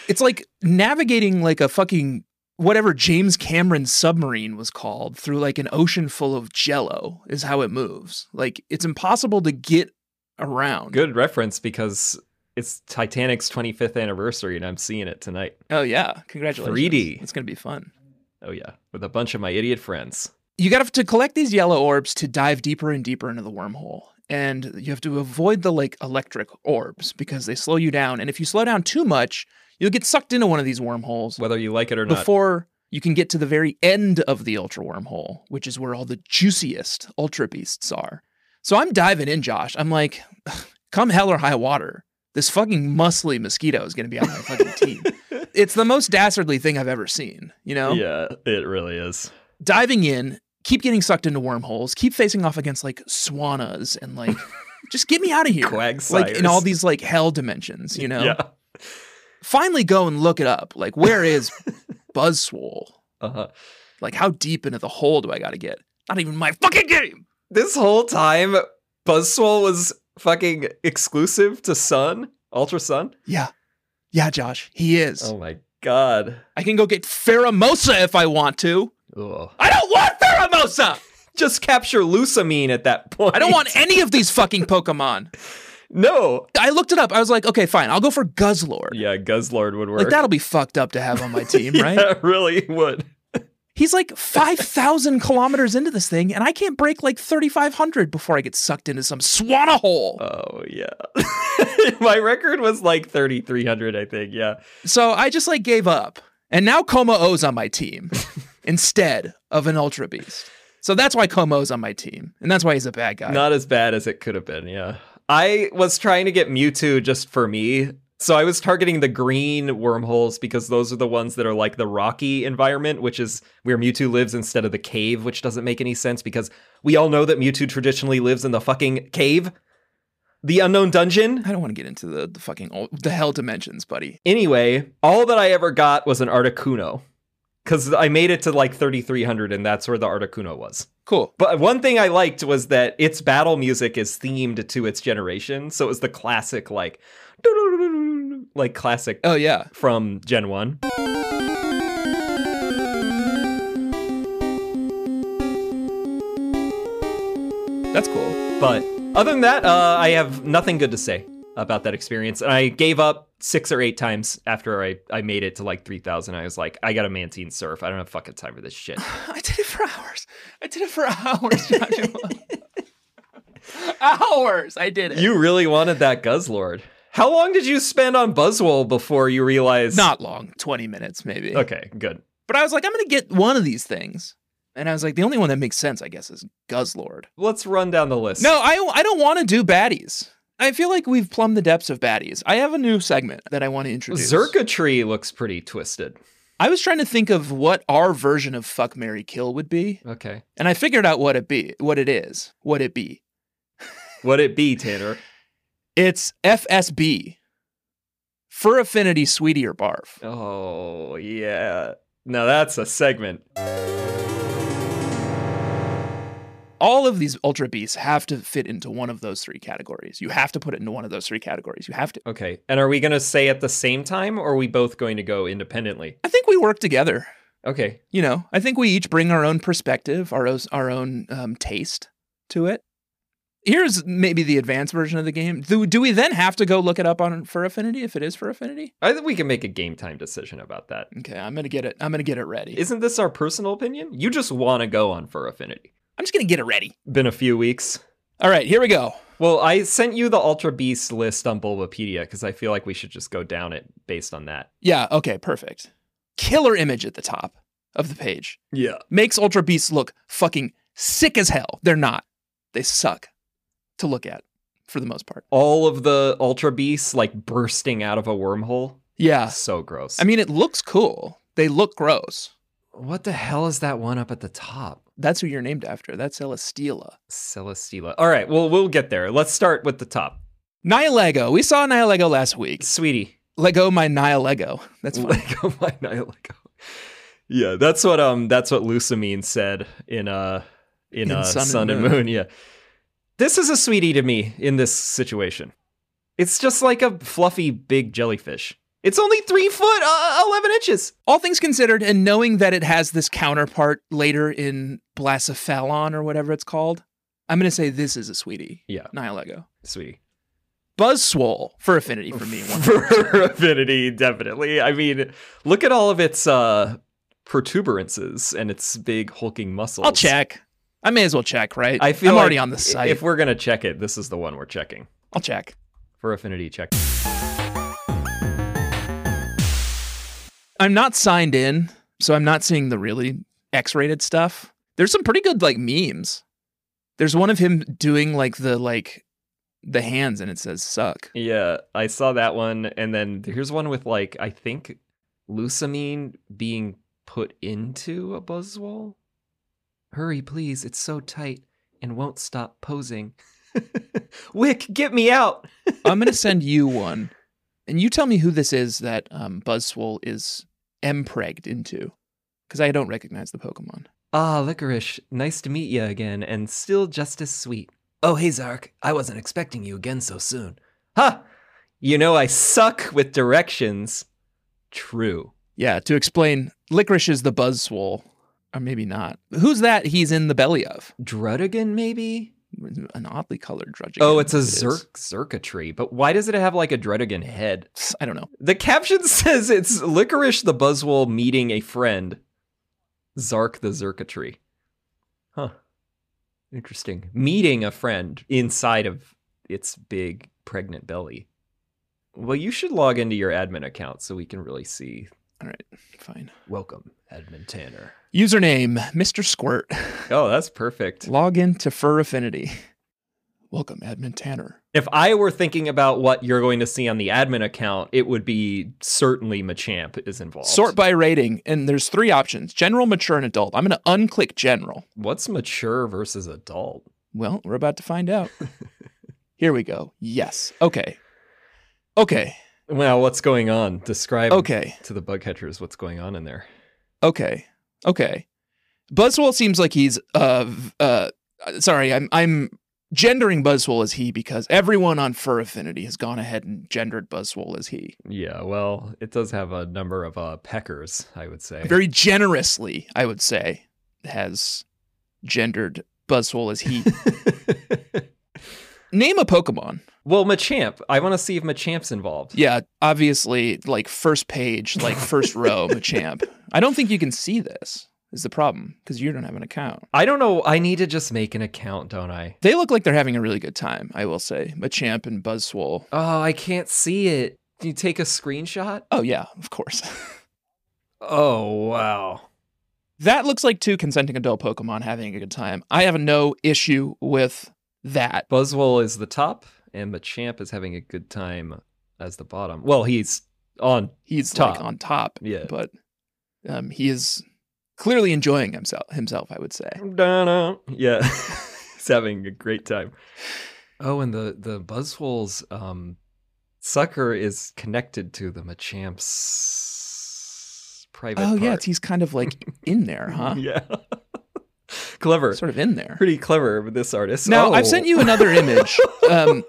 Speaker 1: it's like navigating like a fucking whatever James Cameron submarine was called through like an ocean full of jello is how it moves. Like it's impossible to get around.
Speaker 2: Good reference because it's Titanic's 25th anniversary and I'm seeing it tonight.
Speaker 1: Oh yeah, congratulations.
Speaker 2: 3D.
Speaker 1: It's going to be fun.
Speaker 2: Oh yeah, with a bunch of my idiot friends.
Speaker 1: You got to collect these yellow orbs to dive deeper and deeper into the wormhole. And you have to avoid the like electric orbs because they slow you down. And if you slow down too much, you'll get sucked into one of these wormholes.
Speaker 2: Whether you like it or not.
Speaker 1: before you can get to the very end of the ultra wormhole, which is where all the juiciest ultra beasts are. So I'm diving in, Josh. I'm like, come hell or high water, this fucking muscly mosquito is going to be on my fucking team. It's the most dastardly thing I've ever seen, you know?
Speaker 2: Yeah, it really is.
Speaker 1: Diving in, keep getting sucked into wormholes, keep facing off against like swanas and like, just get me out of here.
Speaker 2: Quagsires.
Speaker 1: Like in all these like hell dimensions, you know?
Speaker 2: Yeah.
Speaker 1: Finally go and look it up. Like, where is Buzzswole?
Speaker 2: Uh-huh.
Speaker 1: Like, how deep into the hole do I got to get? Not even my fucking game.
Speaker 2: This whole time, Buzzswole was fucking exclusive to Sun, Ultra Sun.
Speaker 1: Yeah. Yeah, Josh, he is.
Speaker 2: Oh my god.
Speaker 1: I can go get Faramosa if I want to.
Speaker 2: Ugh.
Speaker 1: I don't want Faramosa.
Speaker 2: Just capture Lusamine at that point.
Speaker 1: I don't want any of these fucking Pokemon.
Speaker 2: No.
Speaker 1: I looked it up. I was like, okay, fine. I'll go for Guzzlord.
Speaker 2: Yeah, Guzzlord would work.
Speaker 1: Like, that'll be fucked up to have on my team,
Speaker 2: Yeah,
Speaker 1: right?
Speaker 2: it really would.
Speaker 1: He's like 5,000 kilometers into this thing, and I can't break like 3,500 before I get sucked into some swana hole.
Speaker 2: Oh yeah. My record was like 3300 I think. Yeah.
Speaker 1: So I just like gave up. And now Como O's on my team instead of an Ultra Beast. So that's why Komo's on my team. And that's why he's a bad guy.
Speaker 2: Not as bad as it could have been, yeah. I was trying to get Mewtwo just for me. So I was targeting the green wormholes because those are the ones that are like the rocky environment, which is where Mewtwo lives instead of the cave, which doesn't make any sense because we all know that Mewtwo traditionally lives in the fucking cave. The unknown dungeon.
Speaker 1: I don't want to get into the, the fucking ul- the hell dimensions, buddy.
Speaker 2: Anyway, all that I ever got was an Articuno. Because I made it to like 3,300, and that's where the Articuno was.
Speaker 1: Cool.
Speaker 2: But one thing I liked was that its battle music is themed to its generation. So it was the classic, like, like classic
Speaker 1: Oh, yeah.
Speaker 2: from Gen 1.
Speaker 1: That's cool.
Speaker 2: But other than that, uh, I have nothing good to say about that experience. And I gave up six or eight times after I, I made it to like 3,000. I was like, I got a Mantine Surf. I don't have fucking time for this shit.
Speaker 1: I did it for hours. I did it for hours, Joshua. hours. I did it.
Speaker 2: You really wanted that Guzzlord. How long did you spend on Buzzwole before you realized?
Speaker 1: Not long, 20 minutes maybe.
Speaker 2: Okay, good.
Speaker 1: But I was like, I'm going to get one of these things. And I was like, the only one that makes sense, I guess, is Guzzlord.
Speaker 2: Let's run down the list.
Speaker 1: No, I, I don't want to do baddies. I feel like we've plumbed the depths of baddies. I have a new segment that I want to introduce.
Speaker 2: Zerka Tree looks pretty twisted.
Speaker 1: I was trying to think of what our version of fuck Mary Kill would be,
Speaker 2: Okay.
Speaker 1: and I figured out what it be what it is. What it be.
Speaker 2: Would it be, Tanner?
Speaker 1: It's FSB. Fur affinity sweetie or barf.
Speaker 2: Oh, yeah. No, that's a segment.
Speaker 1: All of these ultra beasts have to fit into one of those three categories. You have to put it into one of those three categories. You have to.
Speaker 2: Okay. And are we going to say at the same time or are we both going to go independently?
Speaker 1: I think we work together.
Speaker 2: Okay.
Speaker 1: you know, I think we each bring our own perspective, our own, our own um, taste to it. Here's maybe the advanced version of the game. Do, do we then have to go look it up on for affinity if it is for affinity?
Speaker 2: I think we can make a game time decision about that.
Speaker 1: Okay, I'm gonna get it. I'm gonna get it ready.
Speaker 2: Isn't this our personal opinion? You just want to go on Fur Affinity.
Speaker 1: I'm just gonna get it ready.
Speaker 2: Been a few weeks.
Speaker 1: All right, here we go.
Speaker 2: Well, I sent you the Ultra Beast list on Bulbapedia because I feel like we should just go down it based on that.
Speaker 1: Yeah. Okay. Perfect. Killer image at the top of the page
Speaker 2: Yeah.
Speaker 1: makes ultra beasts look fucking sick as hell. They're not. They suck to look at for the most part.
Speaker 2: All of the Ultra Beasts like bursting out of a wormhole.
Speaker 1: Yeah.
Speaker 2: So gross.
Speaker 1: I mean, it looks cool. They look gross.
Speaker 2: what the hell is that one up at the top?
Speaker 1: That's who you're named after. That's Celestila.
Speaker 2: Celestila. All right, well, we'll get there. Let's start with the top.
Speaker 1: Nihilego. We saw Nihilego last week.
Speaker 2: Sweetie.
Speaker 1: Lego my Nihilego. That's funny.
Speaker 2: Lego my Nihilego. Yeah, that's what um that's what Lusamine said in uh in,
Speaker 1: In
Speaker 2: uh,
Speaker 1: Sun
Speaker 2: Sun,
Speaker 1: and
Speaker 2: and,
Speaker 1: Moon.
Speaker 2: Moon. yeah. This is a sweetie to me in this situation. It's just like a fluffy big jellyfish. It's only three foot uh, eleven inches.
Speaker 1: All things considered, and knowing that it has this counterpart later in Blacephalon or whatever it's called, I'm going to say this is a sweetie.
Speaker 2: Yeah.
Speaker 1: Nihilego.
Speaker 2: Sweetie.
Speaker 1: Buzzswole for affinity for me. One.
Speaker 2: For affinity, definitely. I mean, look at all of its uh protuberances and its big hulking muscles.
Speaker 1: I'll check. I may as well check, right?
Speaker 2: I feel
Speaker 1: I'm already
Speaker 2: like
Speaker 1: on the site.
Speaker 2: If we're gonna check it, this is the one we're checking
Speaker 1: I'll check.
Speaker 2: for affinity check.
Speaker 1: I'm not signed in, so I'm not seeing the really X-rated stuff. There's some pretty good like memes. There's one of him doing like the like the hands and it says suck.
Speaker 2: Yeah, I saw that one, and then here's one with like I think lusamine being put into a buzzwole. Hurry, please! It's so tight and won't stop posing. Wick, get me out!
Speaker 1: I'm gonna send you one. And you tell me who this is that um Buzzswole is empregged into. Because I don't recognize the Pokemon.
Speaker 2: Ah, licorice, nice to meet you again, and still just as sweet. Oh, hey, Zark, I wasn't expecting you again so soon. Ha! You know I suck with directions. True.
Speaker 1: Yeah, to explain, licorice is the Buzzswole. Or maybe not. Who's that he's in the belly of?
Speaker 2: Drudigan, maybe?
Speaker 1: An oddly colored drudge.
Speaker 2: Oh, it's a
Speaker 1: It is.
Speaker 2: Zerk Zerka tree, but why does it have like a Drudigan head?
Speaker 1: I don't know.
Speaker 2: The caption says it's licorice the buzzwole meeting a friend. Zark the Zirkatry. Huh. Interesting. Meeting a friend inside of its big pregnant belly. Well, you should log into your admin account so we can really see.
Speaker 1: All right, fine.
Speaker 2: Welcome, Admin Tanner.
Speaker 1: Username Mr. Squirt.
Speaker 2: Oh, that's perfect.
Speaker 1: Log in to Fur Affinity. Welcome, Admin Tanner.
Speaker 2: If I were thinking about what you're going to see on the admin account, it would be certainly Machamp is involved.
Speaker 1: Sort by rating, and there's three options general, mature, and adult. I'm going to unclick general.
Speaker 2: What's mature versus adult?
Speaker 1: Well, we're about to find out. Here we go. Yes. Okay. Okay.
Speaker 2: Well, what's going on? Describe
Speaker 1: Okay.
Speaker 2: to the bug catchers what's going on in there.
Speaker 1: Okay. Okay. Buzzwole seems like he's uh v- uh sorry, I'm I'm gendering Buzzwole as he because everyone on Fur Affinity has gone ahead and gendered Buzzwole as he.
Speaker 2: Yeah, well, it does have a number of uh, peckers, I would say.
Speaker 1: Very generously, I would say, has gendered Buzzwole as he. Name a Pokemon.
Speaker 2: well, Machamp. I want to see if Machamp's involved.
Speaker 1: Yeah, obviously, like first page, like first row, Machamp. I don't think you can see this, is the problem, because you don't have an account.
Speaker 2: I don't know. I need to just make an account, don't I?
Speaker 1: They look like they're having a really good time, I will say. Machamp and Buzzswole.
Speaker 2: Oh, I can't see it. Can you take a screenshot?
Speaker 1: Oh, yeah, of course.
Speaker 2: Oh, wow.
Speaker 1: that looks like two consenting adult Pokemon having a good time. I have no issue with that.
Speaker 2: Buzzwole is the top, and Machamp is having a good time as the bottom. Well, he's on.
Speaker 1: He's
Speaker 2: Top.
Speaker 1: like on top,
Speaker 2: Yeah.
Speaker 1: but um, he is clearly enjoying himself, himself, I would say.
Speaker 2: Da-da. Yeah. he's having a great time. Oh, and the, the Buzzwole's um, sucker is connected to the Machamp's private
Speaker 1: Oh, yeah,
Speaker 2: part.
Speaker 1: it's, he's kind of like in there, huh?
Speaker 2: Yeah. clever.
Speaker 1: Sort of in there.
Speaker 2: Pretty clever with this artist.
Speaker 1: Now,
Speaker 2: Oh.
Speaker 1: I've sent you another image. Um,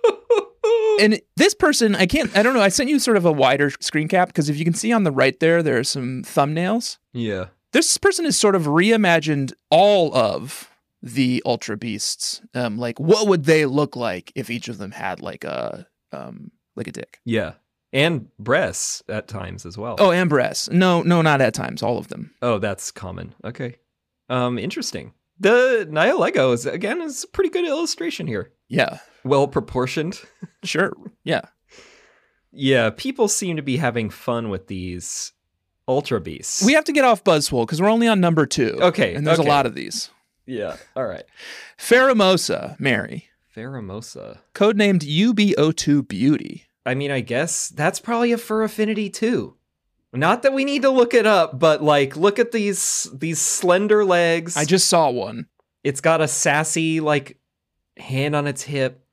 Speaker 1: and this person, I can't, I don't know, I sent you sort of a wider screen cap because if you can see on the right there, there are some thumbnails.
Speaker 2: yeah.
Speaker 1: this person has sort of reimagined all of the ultra beasts um like what would they look like if each of them had like a um like a dick
Speaker 2: Yeah. And breasts at times as well.
Speaker 1: oh and breasts no no not at times all of them
Speaker 2: Oh, that's common. Okay. Um, interesting. The Nihilego is again is a pretty good illustration here.
Speaker 1: yeah
Speaker 2: Well proportioned.
Speaker 1: sure yeah
Speaker 2: Yeah, people seem to be having fun with these ultra beasts.
Speaker 1: we have to get off buzzswole because we're only on number two
Speaker 2: Okay,
Speaker 1: and there's
Speaker 2: okay.
Speaker 1: a lot of these
Speaker 2: yeah. All right.
Speaker 1: pheromosa mary
Speaker 2: Pheromosa.
Speaker 1: codenamed ub02 beauty
Speaker 2: I mean, I guess that's probably a fur affinity too. Not that we need to look it up, but like, look at these these slender legs.
Speaker 1: i just saw one
Speaker 2: it's got a sassy like hand on its hip.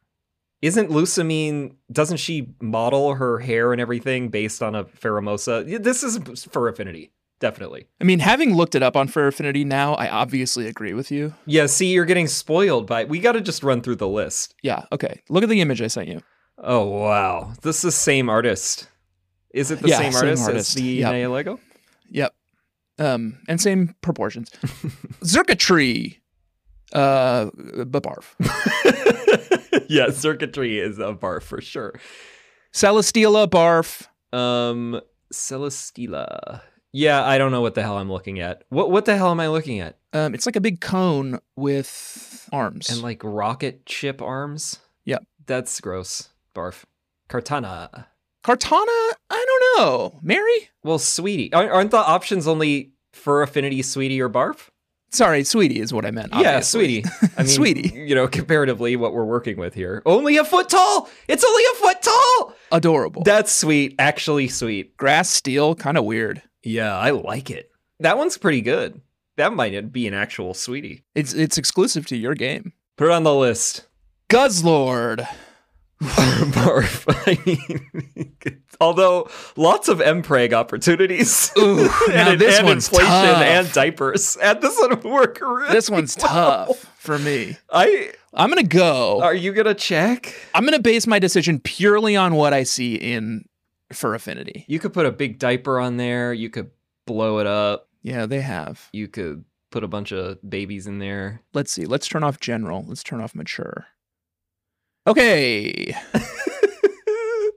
Speaker 2: Isn't Lucamine? Doesn't she model her hair and everything based on a Pheromosa? Y- This is fur affinity, definitely.
Speaker 1: i mean having looked it up on fur affinity now i obviously agree with you
Speaker 2: Yeah. See, you're getting spoiled by. We got to just run through the list.
Speaker 1: yeah okay look at the image i sent you
Speaker 2: Oh wow, this is the same artist. Is it the
Speaker 1: Yeah,
Speaker 2: same,
Speaker 1: same
Speaker 2: artist, as
Speaker 1: artist.
Speaker 2: the
Speaker 1: Yep.
Speaker 2: Naya Lego?
Speaker 1: Yep. Um, and same proportions. Zirkatry. Uh, but barf.
Speaker 2: yeah, circuitry is a bar for sure.
Speaker 1: Celesteela barf.
Speaker 2: Um, Celestila. Yeah, I don't know what the hell I'm looking at. What what the hell am I looking at?
Speaker 1: Um, it's like a big cone with arms.
Speaker 2: And like rocket ship arms.
Speaker 1: Yep.
Speaker 2: that's gross. Barf. Cartana.
Speaker 1: Cartana. I don't know. Mary.
Speaker 2: Well, sweetie, aren't aren't the options only for affinity, sweetie, or barf?
Speaker 1: Sorry, sweetie is what I meant.
Speaker 2: Yeah,
Speaker 1: obviously.
Speaker 2: sweetie. I mean,
Speaker 1: Sweetie.
Speaker 2: You know, comparatively, what we're working with here. Only a foot tall. It's only a foot tall.
Speaker 1: Adorable.
Speaker 2: That's sweet. Actually, sweet.
Speaker 1: Grass steel. Kind of weird.
Speaker 2: Yeah, I like it. That one's pretty good. That might be an actual sweetie.
Speaker 1: It's it's exclusive to your game.
Speaker 2: Put it on the list.
Speaker 1: Guzzlord.
Speaker 2: Barf. I mean, although lots of Mpreg opportunities.
Speaker 1: Ooh, now
Speaker 2: it-
Speaker 1: this one's
Speaker 2: inflation
Speaker 1: tough.
Speaker 2: and diapers. And this one work. really
Speaker 1: This one's
Speaker 2: well.
Speaker 1: tough for me.
Speaker 2: I
Speaker 1: I'm gonna go.
Speaker 2: are you gonna check?
Speaker 1: I'm gonna base my decision purely on what I see in Fur Affinity.
Speaker 2: You could put a big diaper on there. You could blow it up.
Speaker 1: Yeah, they have.
Speaker 2: You could put a bunch of babies in there.
Speaker 1: Let's see. Let's turn off general. Let's turn off mature. Okay.
Speaker 2: I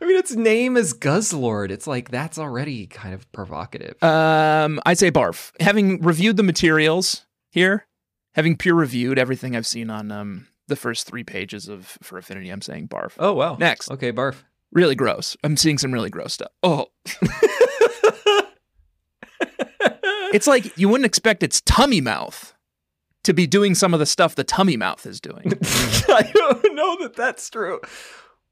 Speaker 2: mean, its name is Guzzlord, it's like that's already kind of provocative.
Speaker 1: Um, I'd say barf. Having reviewed the materials here, having peer reviewed everything I've seen on um, the first three pages of For Affinity, I'm saying barf.
Speaker 2: oh wow.
Speaker 1: Next.
Speaker 2: Okay, barf.
Speaker 1: Really gross. I'm seeing some really gross stuff. Oh, it's like you wouldn't expect its tummy mouth to be doing some of the stuff the tummy mouth is doing.
Speaker 2: I don't know that that's true.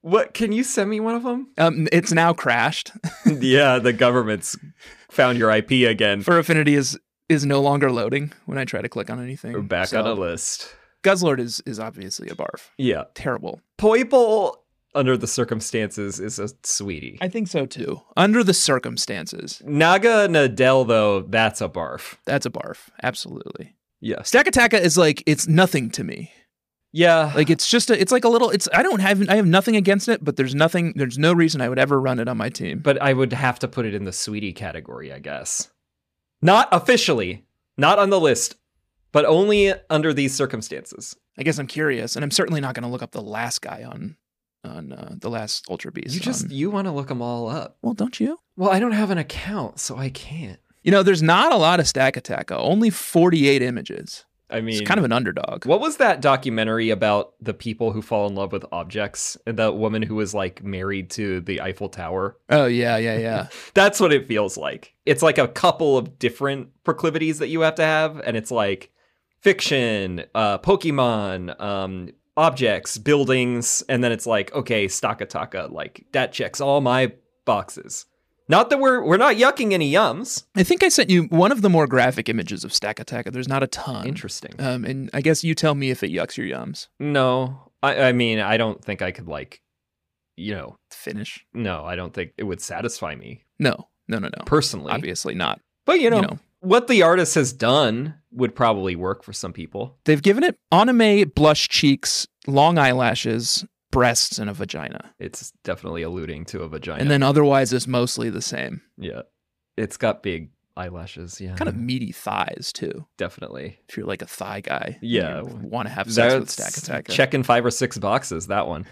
Speaker 2: What can you send me one of them?
Speaker 1: Um, it's now crashed.
Speaker 2: yeah, the government's found your IP again.
Speaker 1: For Affinity is is no longer loading when I try to click on anything.
Speaker 2: We're back on
Speaker 1: So,
Speaker 2: a list.
Speaker 1: Guzzlord is is obviously a barf.
Speaker 2: Yeah.
Speaker 1: Terrible.
Speaker 2: Poiple, under the circumstances, is a sweetie.
Speaker 1: I think so too. Under the circumstances,
Speaker 2: Naga Nadell, though, that's a barf.
Speaker 1: that's a barf. Absolutely.
Speaker 2: Yes.
Speaker 1: Stack Attacka is like it's nothing to me.
Speaker 2: Yeah.
Speaker 1: Like it's just a, it's like a little. It's I don't have I have nothing against it, but there's nothing. There's no reason I would ever run it on my team. But
Speaker 2: but I would have to put it in the sweetie category, I guess. Not officially, not on the list, but only under these circumstances.
Speaker 1: I guess I'm curious, and I'm certainly not going to look up the last guy on on uh, the last Ultra Beast.
Speaker 2: You just
Speaker 1: on-
Speaker 2: you want to look them all up.
Speaker 1: well, don't you?
Speaker 2: Well, I don't have an account, so I can't.
Speaker 1: You know, there's not a lot of Stack Attacka. Only 48 images.
Speaker 2: I mean,
Speaker 1: It's kind of an underdog.
Speaker 2: What was that documentary about the people who fall in love with objects and that woman who was like married to the Eiffel Tower?
Speaker 1: Oh yeah, yeah, yeah.
Speaker 2: That's what it feels like. It's like a couple of different proclivities that you have to have, and it's like fiction, uh, Pokemon, um, objects, buildings, and then it's like, okay, Stakataka, like that checks all my boxes. Not that we're we're not yucking any yums.
Speaker 1: I think I sent you one of the more graphic images of Stack Attacka. There's not a ton.
Speaker 2: Interesting.
Speaker 1: Um, and I guess you tell me if it yucks your yums.
Speaker 2: No, I, I mean, I don't think I could like, you know,
Speaker 1: Finish.
Speaker 2: no, I don't think it would satisfy me
Speaker 1: No, no, no, no.
Speaker 2: personally.
Speaker 1: Obviously not.
Speaker 2: But you know,
Speaker 1: know.
Speaker 2: what the artist has done would probably work for some people.
Speaker 1: They've given it anime blush cheeks, long eyelashes, breasts, and a vagina.
Speaker 2: It's definitely alluding to a vagina.
Speaker 1: And then otherwise it's mostly the same.
Speaker 2: yeah, it's got big eyelashes. Yeah,
Speaker 1: Kind of meaty thighs too.
Speaker 2: definitely.
Speaker 1: If you're like a thigh guy,
Speaker 2: Yeah.
Speaker 1: want to have sex with Stack
Speaker 2: That's
Speaker 1: Attacka.
Speaker 2: Checking five or six boxes. That one.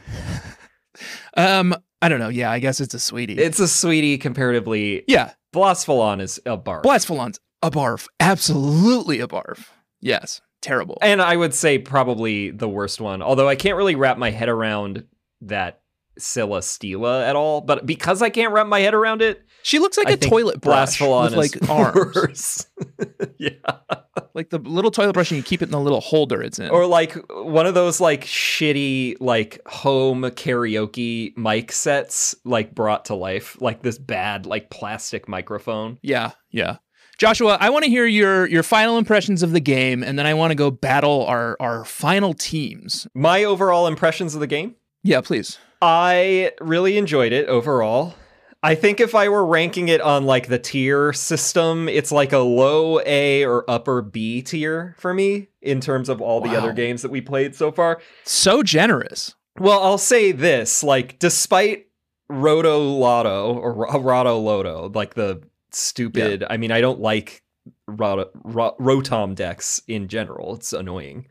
Speaker 1: Um, I don't know. Yeah, I guess it's a sweetie.
Speaker 2: It's a sweetie comparatively.
Speaker 1: yeah,
Speaker 2: Blasphalon is a bar.
Speaker 1: Blasphalon's a barf. Absolutely a barf. Yes, terrible.
Speaker 2: and I would say probably the worst one. Although I can't really wrap my head around that Scylla Stela at all. But because I can't wrap my head around it,
Speaker 1: She looks like
Speaker 2: a
Speaker 1: a toilet brush with like arms,
Speaker 2: Worse. yeah.
Speaker 1: like the little toilet brush, and you keep it in the little holder it's in.
Speaker 2: Or like one of those like shitty like home karaoke mic sets like brought to life, like this bad like plastic microphone.
Speaker 1: yeah, yeah. Joshua, I want to hear your your final impressions of the game, and then I want to go battle our our final teams.
Speaker 2: My overall impressions of the game?
Speaker 1: Yeah, please.
Speaker 2: I really enjoyed it overall. I think if I were ranking it on like the tier system, it's like a low A or upper B tier for me in terms of all the
Speaker 1: Wow.
Speaker 2: other games that we played so far.
Speaker 1: So generous.
Speaker 2: Well, I'll say this: like, despite Roto Lotto or Ro- Roto Loto, like the stupid. I mean, I don't like Roto, Ro- Rotom decks in general. It's annoying.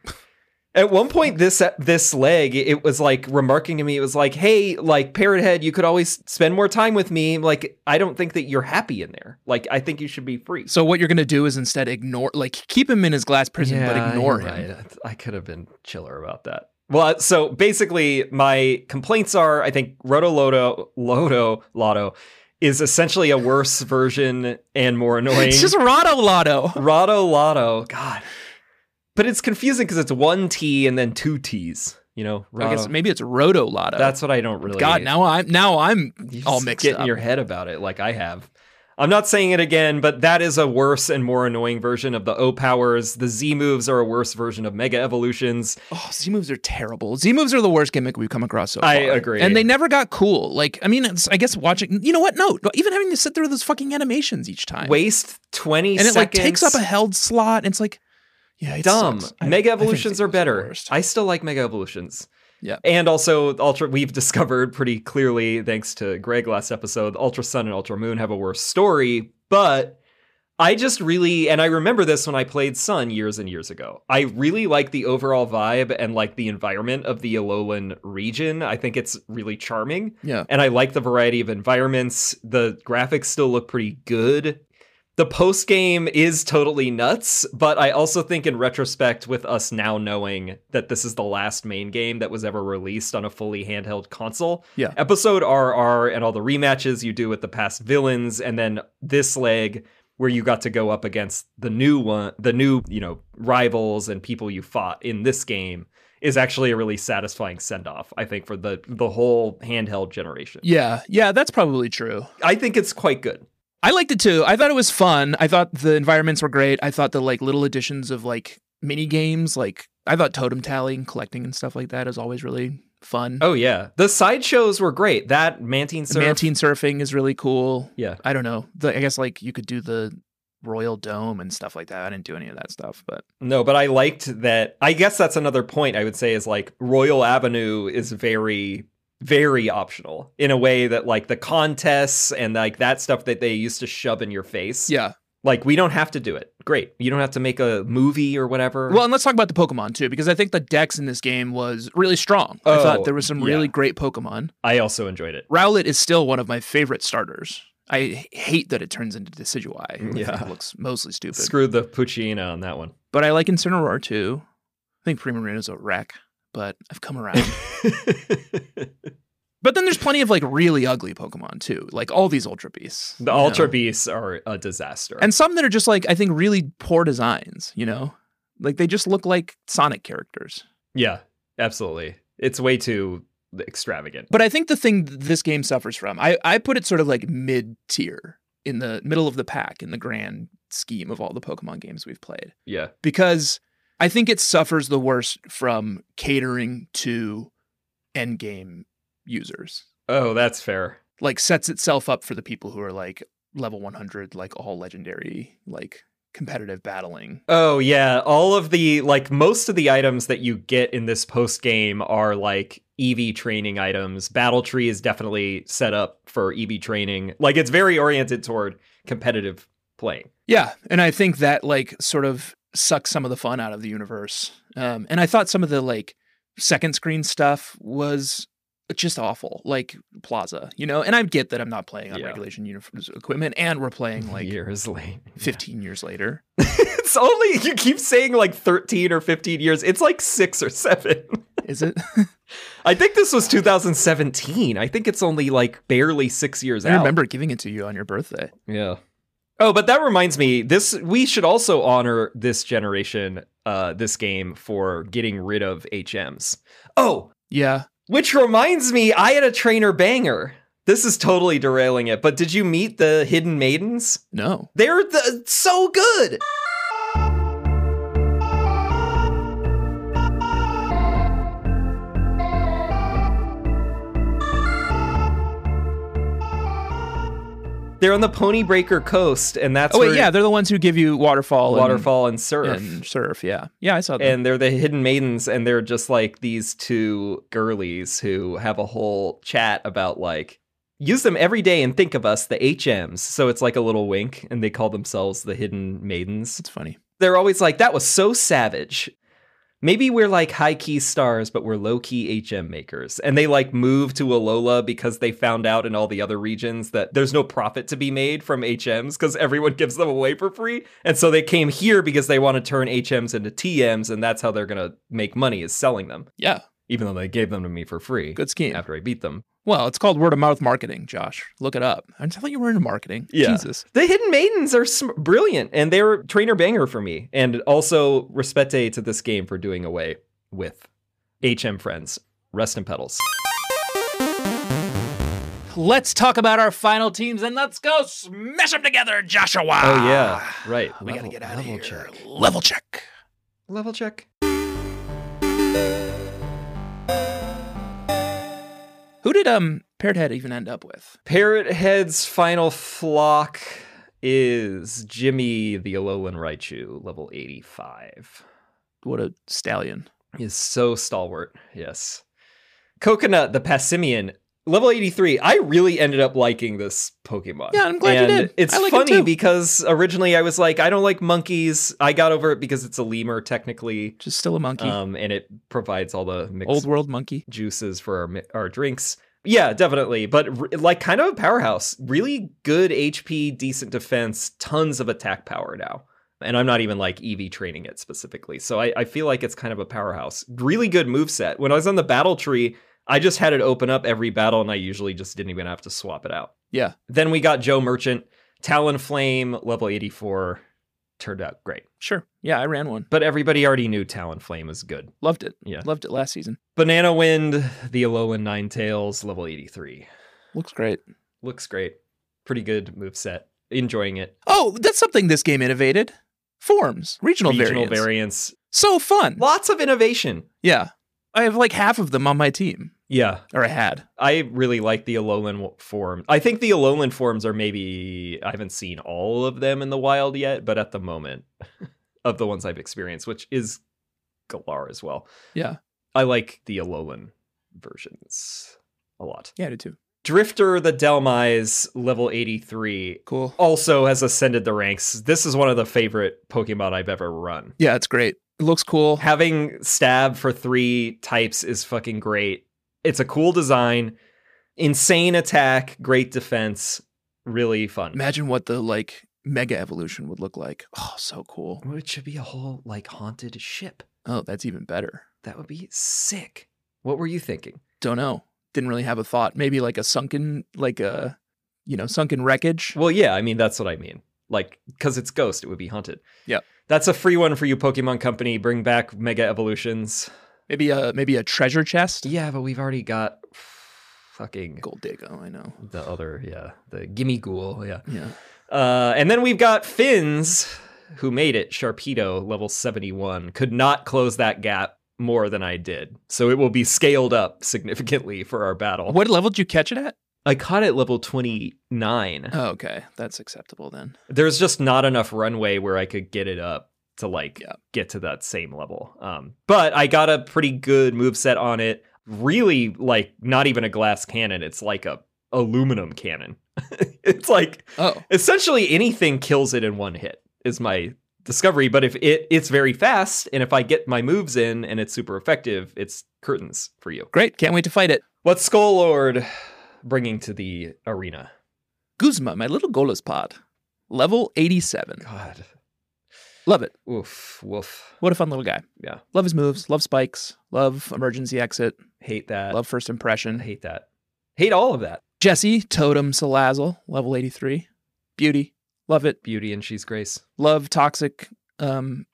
Speaker 2: At one point, this this leg, it was like remarking to me, it was like, "Hey, like Parrot Head, you could always spend more time with me. Like, I don't think that you're happy in there. Like, I think you should be free."
Speaker 1: So what you're gonna do is instead ignore, like keep him in his glass prison, but ignore
Speaker 2: you're
Speaker 1: him.
Speaker 2: right. I I could have been chiller about that. Well, uh, so basically, my complaints are I think Roto Loto Loto Lotto is essentially a worse version and more annoying.
Speaker 1: It's just Rotto Lotto.
Speaker 2: Roto Lotto, God. But it's confusing because it's one T and then two T's. You know,
Speaker 1: I guess
Speaker 2: Roto.
Speaker 1: maybe it's Roto Lotto.
Speaker 2: that's what I don't really.
Speaker 1: God. Now I'm now I'm
Speaker 2: you
Speaker 1: all
Speaker 2: just
Speaker 1: mixed
Speaker 2: get
Speaker 1: up.
Speaker 2: in your head about it like I have. I'm not saying it again, but that is a worse and more annoying version of the O powers. The Z moves are a worse version of Mega Evolutions.
Speaker 1: Oh, Z moves are terrible. Z moves are the worst gimmick we've come across so far.
Speaker 2: I agree.
Speaker 1: And they never got cool. Like, I mean, it's, I guess watching, you know what? No, even having to sit through those fucking animations each time.
Speaker 2: waste 20
Speaker 1: and it
Speaker 2: seconds.
Speaker 1: like takes up a held slot. And it's like, yeah, it's
Speaker 2: dumb.
Speaker 1: Sucks. I-
Speaker 2: Mega
Speaker 1: I think
Speaker 2: evolutions
Speaker 1: Z
Speaker 2: are
Speaker 1: moves the
Speaker 2: better.
Speaker 1: worst.
Speaker 2: I still like mega evolutions.
Speaker 1: Yeah.
Speaker 2: And also ultra we've discovered pretty clearly thanks to Greg last episode, Ultra Sun and Ultra Moon have a worse story, but I just really, and I remember this when I played Sun years and years ago. I really like the overall vibe and like the environment of the Alolan region. I think it's really charming.
Speaker 1: Yeah.
Speaker 2: And I like the variety of environments. The graphics still look pretty good. The post game is totally nuts, but I also think in retrospect, with us now knowing that this is the last main game that was ever released on a fully handheld console,
Speaker 1: Yeah.
Speaker 2: episode RR and all the rematches you do with the past villains, and then this leg where you got to go up against the new one, the new you know rivals and people you fought in this game is actually a really satisfying send off. I think for the the whole handheld generation,
Speaker 1: Yeah, yeah, that's probably true.
Speaker 2: I think it's quite good.
Speaker 1: I liked it too. I thought it was fun. I thought the environments were great. I thought the like little additions of like mini games, like I thought totem tally and collecting and stuff like that is always really fun.
Speaker 2: Oh yeah, the sideshows were great. That Mantine
Speaker 1: The
Speaker 2: Surf,
Speaker 1: mantine surfing is really cool.
Speaker 2: yeah,
Speaker 1: I don't know. The, I guess like you could do the Royal Dome and stuff like that. I didn't do any of that stuff, but
Speaker 2: No, but I liked that. I guess that's another point I would say is like Royal Avenue is very, very optional in a way that like the contests and like that stuff that they used to shove in your face.
Speaker 1: yeah.
Speaker 2: Like we don't have to do it. Great. You don't have to make a movie or whatever.
Speaker 1: Well, and let's talk about the Pokemon too, because I think the Dex in this game was really strong. I
Speaker 2: Oh,
Speaker 1: thought there was some really
Speaker 2: yeah.
Speaker 1: great Pokemon.
Speaker 2: I also enjoyed it.
Speaker 1: Rowlet is still one of my favorite starters. I hate that it turns into Decidueye. who I
Speaker 2: Yeah.
Speaker 1: think looks mostly stupid.
Speaker 2: Screw the Puccina on that one.
Speaker 1: but I like Incineroar too. I think Primarina's a wreck, but I've come around. but then there's plenty of like really ugly Pokemon too, like all these Ultra Beasts. you
Speaker 2: the
Speaker 1: know?
Speaker 2: Ultra Beasts are a disaster.
Speaker 1: and some that are just like I think really poor designs. You know, like they just look like Sonic characters.
Speaker 2: yeah, absolutely. It's way too extravagant.
Speaker 1: But I think the thing th- this game suffers from, I, I put it sort of like mid tier in the middle of the pack in the grand scheme of all the Pokemon games we've played.
Speaker 2: Yeah.
Speaker 1: because I think it suffers the worst from catering to end game users.
Speaker 2: Oh, that's fair.
Speaker 1: Like sets itself up for the people who are like level 100, like all legendary, like competitive battling.
Speaker 2: Oh yeah, all of the like most of the items that you get in this post game are like EV training items. Battle Tree is definitely set up for EV training. Like it's very oriented toward competitive playing.
Speaker 1: Yeah, and I think that like sort of sucks some of the fun out of the universe. Um, and I thought some of the like second screen stuff was just awful, like Plaza, you know. And I get that I'm not playing on
Speaker 2: Yeah.
Speaker 1: regulation uniforms equipment, and we're playing like
Speaker 2: years late.
Speaker 1: 15 years later.
Speaker 2: it's only you keep saying like 13 or 15 years. It's like 6 or 7.
Speaker 1: Is it?
Speaker 2: I think this was 2017. I think it's only like barely 6 years
Speaker 1: I
Speaker 2: out.
Speaker 1: remember giving it to you on your birthday.
Speaker 2: Yeah. Oh, but that reminds me. This we should also honor this generation, uh, this game for getting rid of HMs. Oh,
Speaker 1: Yeah.
Speaker 2: which reminds me, I had a trainer banger. This is totally derailing it. But did you meet the Hidden Maidens?
Speaker 1: No.
Speaker 2: They're the, so good. They're on the Pony Breaker coast, and that's
Speaker 1: oh wait,
Speaker 2: where
Speaker 1: yeah, they're the ones who give you waterfall,
Speaker 2: waterfall and
Speaker 1: and,
Speaker 2: surf.
Speaker 1: and surf. Yeah, yeah, I saw that.
Speaker 2: And they're the hidden maidens, and they're just like these two girlies who have a whole chat about like use them every day and think of us, the HMs. So it's like a little wink, and they call themselves the hidden maidens.
Speaker 1: it's funny.
Speaker 2: They're always like, that was so savage. Maybe we're like high key stars, but we're low key HM makers. And they like move to Alola because they found out in all the other regions that there's no profit to be made from HMs because everyone gives them away for free. And so they came here because they want to turn HMs into TMs, and that's how they're going to make money is selling them,
Speaker 1: Yeah,
Speaker 2: even though they gave them to me for free
Speaker 1: good scheme.
Speaker 2: after I beat them.
Speaker 1: Well, it's called word of mouth marketing, Josh. Look it up. I thought you were into marketing.
Speaker 2: Yeah.
Speaker 1: Jesus.
Speaker 2: The Hidden Maidens are sm- brilliant, and they're trainer banger for me. And also respete to this game for doing away with HM friends. Rest in pedals.
Speaker 1: Let's talk about our final teams and let's go smash them together, Joshua.
Speaker 2: Oh yeah, right.
Speaker 1: Ah, we gotta get out of
Speaker 2: level
Speaker 1: here.
Speaker 2: Check.
Speaker 1: Level check.
Speaker 2: Level check.
Speaker 1: Who did um Parrot Head even end up with?
Speaker 2: Parrot Head's final flock is Jimmy the Alolan Raichu, level eighty-five.
Speaker 1: What a stallion.
Speaker 2: He Is so stalwart. Yes. Coconut the Passimian, level 83 i really ended up liking this pokemon
Speaker 1: Yeah, I'm glad you
Speaker 2: and
Speaker 1: did.
Speaker 2: it's
Speaker 1: I like 'em
Speaker 2: funny
Speaker 1: too.
Speaker 2: because originally i was like i don't like monkeys i got over it because it's a lemur technically
Speaker 1: Just still a monkey.
Speaker 2: um and it provides all the mixed
Speaker 1: Old world monkey.
Speaker 2: juices for our, mi- our drinks yeah definitely but r- like kind of a powerhouse really good hp decent defense tons of attack power now and i'm not even like ev training it specifically so i, I feel like it's kind of a powerhouse really good moveset when i was on the battle tree i just had it open up every battle and i usually just didn't even have to swap it out
Speaker 1: Yeah.
Speaker 2: then we got joe merchant talonflame level 84 turned out great
Speaker 1: Sure. Yeah, I ran one.
Speaker 2: but everybody already knew talonflame is good
Speaker 1: Loved it.
Speaker 2: Yeah.
Speaker 1: Loved it last season.
Speaker 2: Banana Wind, the Alolan Ninetales, level 83.
Speaker 1: Looks great.
Speaker 2: Looks great. Pretty good moveset. Enjoying it.
Speaker 1: Oh, that's something this game innovated. Forms. Regional,
Speaker 2: Regional
Speaker 1: variants.
Speaker 2: variants.
Speaker 1: So fun.
Speaker 2: Lots of innovation.
Speaker 1: Yeah. I have like half of them on my team.
Speaker 2: Yeah.
Speaker 1: Or I had.
Speaker 2: I really like the Alolan w- form. I think the Alolan forms are maybe, I haven't seen all of them in the wild yet, but at the moment, of the ones I've experienced, which is Galar as well.
Speaker 1: Yeah.
Speaker 2: I like the Alolan versions a lot.
Speaker 1: Yeah, I did too.
Speaker 2: Drifter the Delmise, level 83.
Speaker 1: Cool.
Speaker 2: also has ascended the ranks. This is one of the favorite Pokemon I've ever run.
Speaker 1: Yeah, it's great. It looks cool.
Speaker 2: Having stab for three types is fucking great. It's a cool design, insane attack, great defense, really fun.
Speaker 1: Imagine what the like mega evolution would look like. Oh, so cool.
Speaker 2: it should be a whole like haunted ship.
Speaker 1: Oh, that's even better.
Speaker 2: That would be sick. What were you thinking?
Speaker 1: Don't know. Didn't really have a thought. Maybe like a sunken, like a, you know, sunken wreckage.
Speaker 2: Well, yeah, I mean that's what I mean. Like, because it's ghost, it would be haunted.
Speaker 1: Yep.
Speaker 2: That's a free one for you, Pokemon Company. Bring back Mega Evolutions.
Speaker 1: Maybe a maybe a treasure chest.
Speaker 2: Yeah, but we've already got fucking
Speaker 1: Gold dig. Oh, I know.
Speaker 2: the other yeah the gimme ghoul yeah
Speaker 1: Yeah.
Speaker 2: uh and then we've got finns who made it sharpedo level 71 could not close that gap more than i did so it will be scaled up significantly for our battle
Speaker 1: What level did you catch it at?
Speaker 2: i caught it level 29
Speaker 1: Oh, okay, that's acceptable then.
Speaker 2: there's just not enough runway where i could get it up to like
Speaker 1: Yeah.
Speaker 2: get to that same level um but i got a pretty good move set on it really like not even a glass cannon it's like a aluminum cannon it's like
Speaker 1: Oh,
Speaker 2: essentially anything kills it in one hit is my discovery but if it it's very fast and if i get my moves in and it's super effective it's curtains for you
Speaker 1: great! Can't wait to fight it.
Speaker 2: what's skull lord bringing to the arena
Speaker 1: Guzma, my little Golas pod, level eighty-seven.
Speaker 2: god
Speaker 1: Love it.
Speaker 2: oof woof
Speaker 1: What a fun little guy.
Speaker 2: Yeah.
Speaker 1: Love his moves. Love spikes. Love emergency exit.
Speaker 2: hate that
Speaker 1: Love first impression.
Speaker 2: hate that hate all of that
Speaker 1: Jesse Totem Salazzle, level 83. Beauty. Love it.
Speaker 2: beauty and she's grace
Speaker 1: Love toxic um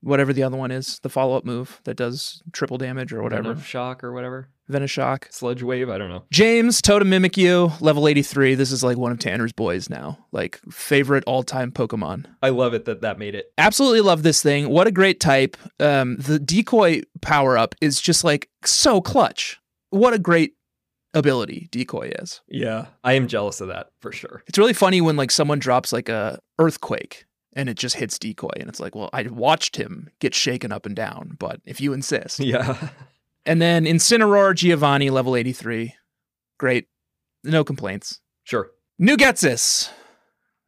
Speaker 1: whatever the other one is, the follow-up move that does triple damage or whatever.
Speaker 2: Venom shock or whatever
Speaker 1: Venom shock.
Speaker 2: sludge wave i don't know
Speaker 1: James Totem Mimikyu, level 83. This is like one of Tanner's boys now. Like favorite all-time Pokemon.
Speaker 2: i love it that that made it
Speaker 1: Absolutely love this thing. What a great type. Um the decoy power-up is just like so clutch. What a great ability decoy is.
Speaker 2: yeah i am jealous of that for sure
Speaker 1: It's really funny when like someone drops like a earthquake and it just hits decoy and it's like, well, I watched him get shaken up and down, but if you insist.
Speaker 2: yeah
Speaker 1: and then Incineroar Giovanni level 83. Great. No complaints.
Speaker 2: sure
Speaker 1: Nugetsis.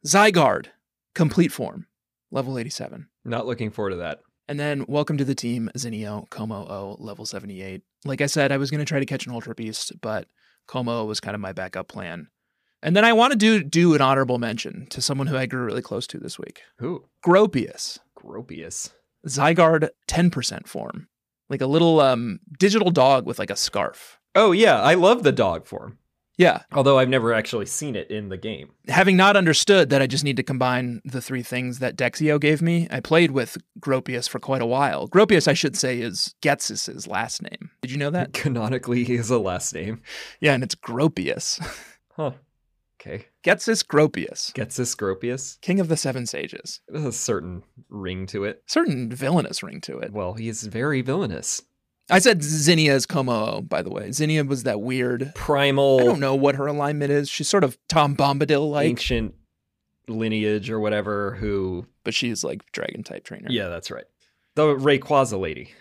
Speaker 1: Zygarde complete form level 87.
Speaker 2: not looking forward to that
Speaker 1: And then welcome to the team Zinio Como O level 78. Like I said, I was going to try to catch an Ultra Beast, but Como was kind of my backup plan. And then I want to do do an honorable mention to someone who I grew really close to this week.
Speaker 2: who
Speaker 1: Gropius,
Speaker 2: gropius
Speaker 1: Zygarde 10% form. Like a little um digital dog with like a scarf.
Speaker 2: Oh yeah, I love the dog form.
Speaker 1: Yeah,
Speaker 2: Although I've never actually seen it in the game.
Speaker 1: having not understood that I just need to combine the three things that Dexio gave me, I played with Gropius for quite a while. Gropius, I should say, is Getsis' last name. Did you know that?
Speaker 2: Canonically is a last name.
Speaker 1: Yeah, and it's Gropius.
Speaker 2: Huh. Okay.
Speaker 1: Getsis Gropius,
Speaker 2: Gets this Gropius.
Speaker 1: king of the seven sages.
Speaker 2: It has a certain ring to it.
Speaker 1: Certain villainous ring to it.
Speaker 2: Well, he is very villainous.
Speaker 1: I said Zinnia is Como, by the way. Zinnia was that weird.
Speaker 2: Primal
Speaker 1: I don't know what her alignment is. She's sort of Tom Bombadil like,
Speaker 2: ancient lineage or whatever who
Speaker 1: but she's like dragon type trainer.
Speaker 2: Yeah, that's right. The Rayquaza lady.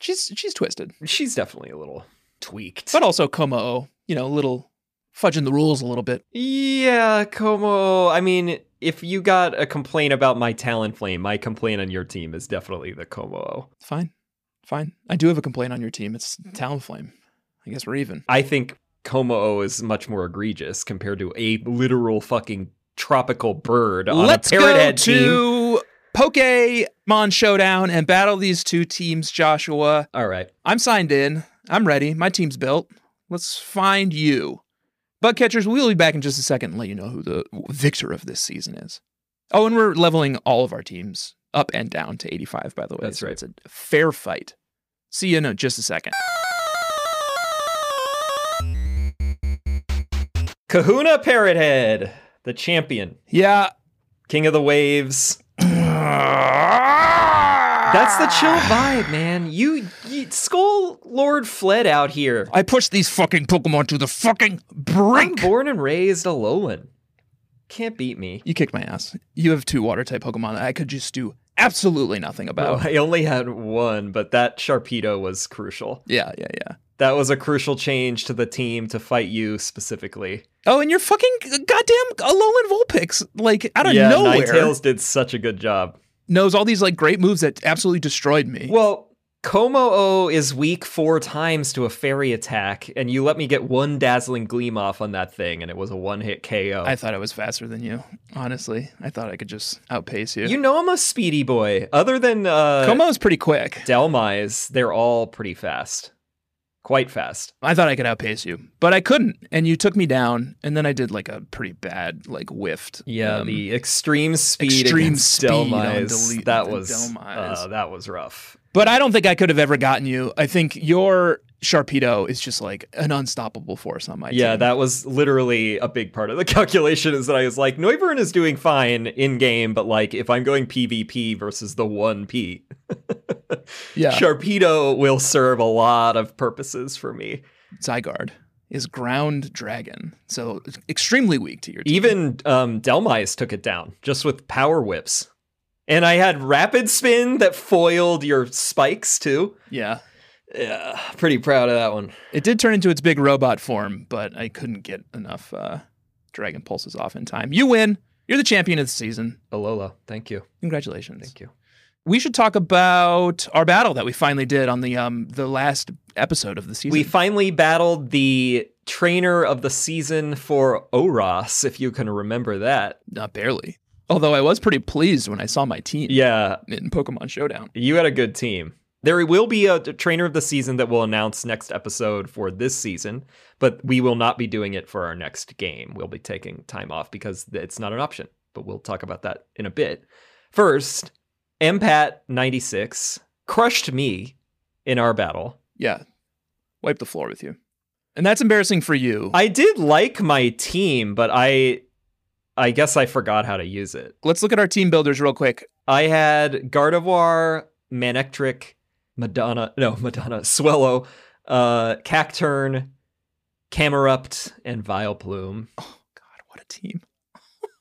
Speaker 1: She's she's twisted,
Speaker 2: She's definitely a little tweaked.
Speaker 1: but also Como, you know, a little fudging the rules a little bit.
Speaker 2: Yeah, Como. I mean, if you got a complaint about my Talonflame, my complaint on your team is definitely the Como.
Speaker 1: Fine. Fine. I do have a complaint on your team. It's Talonflame. I guess we're even.
Speaker 2: I think Como is much more egregious compared to a literal fucking tropical bird on
Speaker 1: Let's
Speaker 2: a parrot
Speaker 1: go
Speaker 2: head team.
Speaker 1: to Pokemon Showdown and battle these two teams, Joshua.
Speaker 2: All right.
Speaker 1: I'm signed in. I'm ready. My team's built. Let's find you. Bug catchers, we'll be back in just a second and let you know who the victor of this season is. Oh, and we're leveling all of our teams up and down to 85, by the way.
Speaker 2: That's
Speaker 1: so
Speaker 2: right.
Speaker 1: It's a fair fight. See you in a- just a second.
Speaker 2: Kahuna Parrot Head, the champion,
Speaker 1: Yeah.
Speaker 2: king of the waves. That's
Speaker 1: That's
Speaker 2: the chill vibe, man. You, you Skull Lord fled out here.
Speaker 1: I pushed these fucking Pokemon to the fucking brink.
Speaker 2: Born and raised a Alolan. Can't beat me.
Speaker 1: You kicked my ass. You have two water type Pokemon that I could just do absolutely nothing
Speaker 2: Oh,
Speaker 1: about.
Speaker 2: I only had one, but that Sharpedo was crucial.
Speaker 1: Yeah, yeah, yeah.
Speaker 2: That was a crucial change to the team to fight you specifically.
Speaker 1: Oh, and you're fucking goddamn Alolan Vulpix, like out of
Speaker 2: yeah,
Speaker 1: nowhere,
Speaker 2: Ninetales did such a good job.
Speaker 1: knows all these like great moves that absolutely destroyed me.
Speaker 2: Well, Komo-O is weak four times to a fairy attack, and you let me get one dazzling gleam off on that thing, and it was a one-hit KO.
Speaker 1: I thought I was faster than you. Honestly, I thought I could just outpace you.
Speaker 2: you know I'm a speedy boy. Other than uh,
Speaker 1: Komo's pretty quick.
Speaker 2: Delmise, they're all pretty fast. Quite fast.
Speaker 1: I thought I could outpace you, but I couldn't, and you took me down. And then I did like a pretty bad like whiffed.
Speaker 2: Yeah,
Speaker 1: um,
Speaker 2: the extreme speed
Speaker 1: extreme
Speaker 2: against
Speaker 1: speed on
Speaker 2: Delmise.
Speaker 1: Dele-
Speaker 2: that
Speaker 1: on
Speaker 2: was
Speaker 1: Delmise.
Speaker 2: uh, that was rough.
Speaker 1: But I don't think I could have ever gotten you. I think your Sharpedo is just like an unstoppable force on my
Speaker 2: Yeah,
Speaker 1: team.
Speaker 2: that was literally a big part of the calculation is that I was like, Neuvern is doing fine in game, but like if I'm going PvP versus the one P,
Speaker 1: yeah.
Speaker 2: Sharpedo will serve a lot of purposes for me.
Speaker 1: Zygarde is ground dragon, so extremely weak to your team.
Speaker 2: Even um, Delmise took it down just with power whips. And I had rapid spin that foiled your spikes too.
Speaker 1: yeah,
Speaker 2: Yeah, pretty proud of that one.
Speaker 1: it did turn into its big robot form, but I couldn't get enough uh, dragon pulses off in time. You win. You're the champion of the season.
Speaker 2: Alola, thank you.
Speaker 1: Congratulations.
Speaker 2: Thank you.
Speaker 1: We should talk about our battle that we finally did on the um the last episode of the season.
Speaker 2: We finally battled the trainer of the season for Oros, if you can remember that.
Speaker 1: Not barely. Although I was pretty pleased when I saw my team
Speaker 2: Yeah,
Speaker 1: in Pokemon Showdown.
Speaker 2: you had a good team. There will be a trainer of the season that we'll announce next episode for this season, but we will not be doing it for our next game. We'll be taking time off because it's not an option, but we'll talk about that in a bit. First, Empat96 crushed me in our battle.
Speaker 1: Yeah. Wipe the floor with you. And that's embarrassing for you.
Speaker 2: I did like my team, but I I guess I forgot how to use it.
Speaker 1: Let's look at our team builders real quick.
Speaker 2: I had Gardevoir, Manectric, Madonna, no, Madonna, Swellow, uh, Cacturn, Camerupt, and Vileplume.
Speaker 1: God, what a team.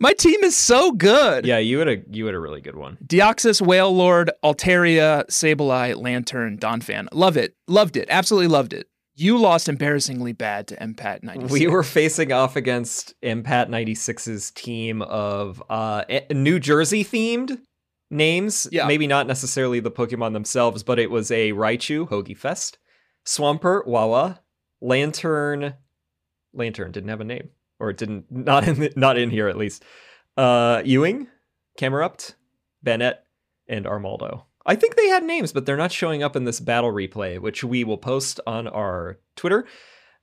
Speaker 1: My team is so good.
Speaker 2: Yeah, you had a you had a really good one.
Speaker 1: Deoxys, Whale Lord, Altaria, Sableye, Lantern, Donphan. Love it. Loved it. Absolutely loved it. You lost embarrassingly bad to Empat 96.
Speaker 2: We were facing off against Impat 96's team of uh, eh, New Jersey themed names.
Speaker 1: Yeah.
Speaker 2: Maybe not necessarily the Pokemon themselves, but it was a Raichu, Hoagie Fest, Swampert, Wawa, Lantern. Lantern didn't have a name, or it didn't not in not in here at least. Uh, Ewing, Camerupt, Bennett, and Armaldo. I think they had names, but they're not showing up in this battle replay, which we will post on our Twitter.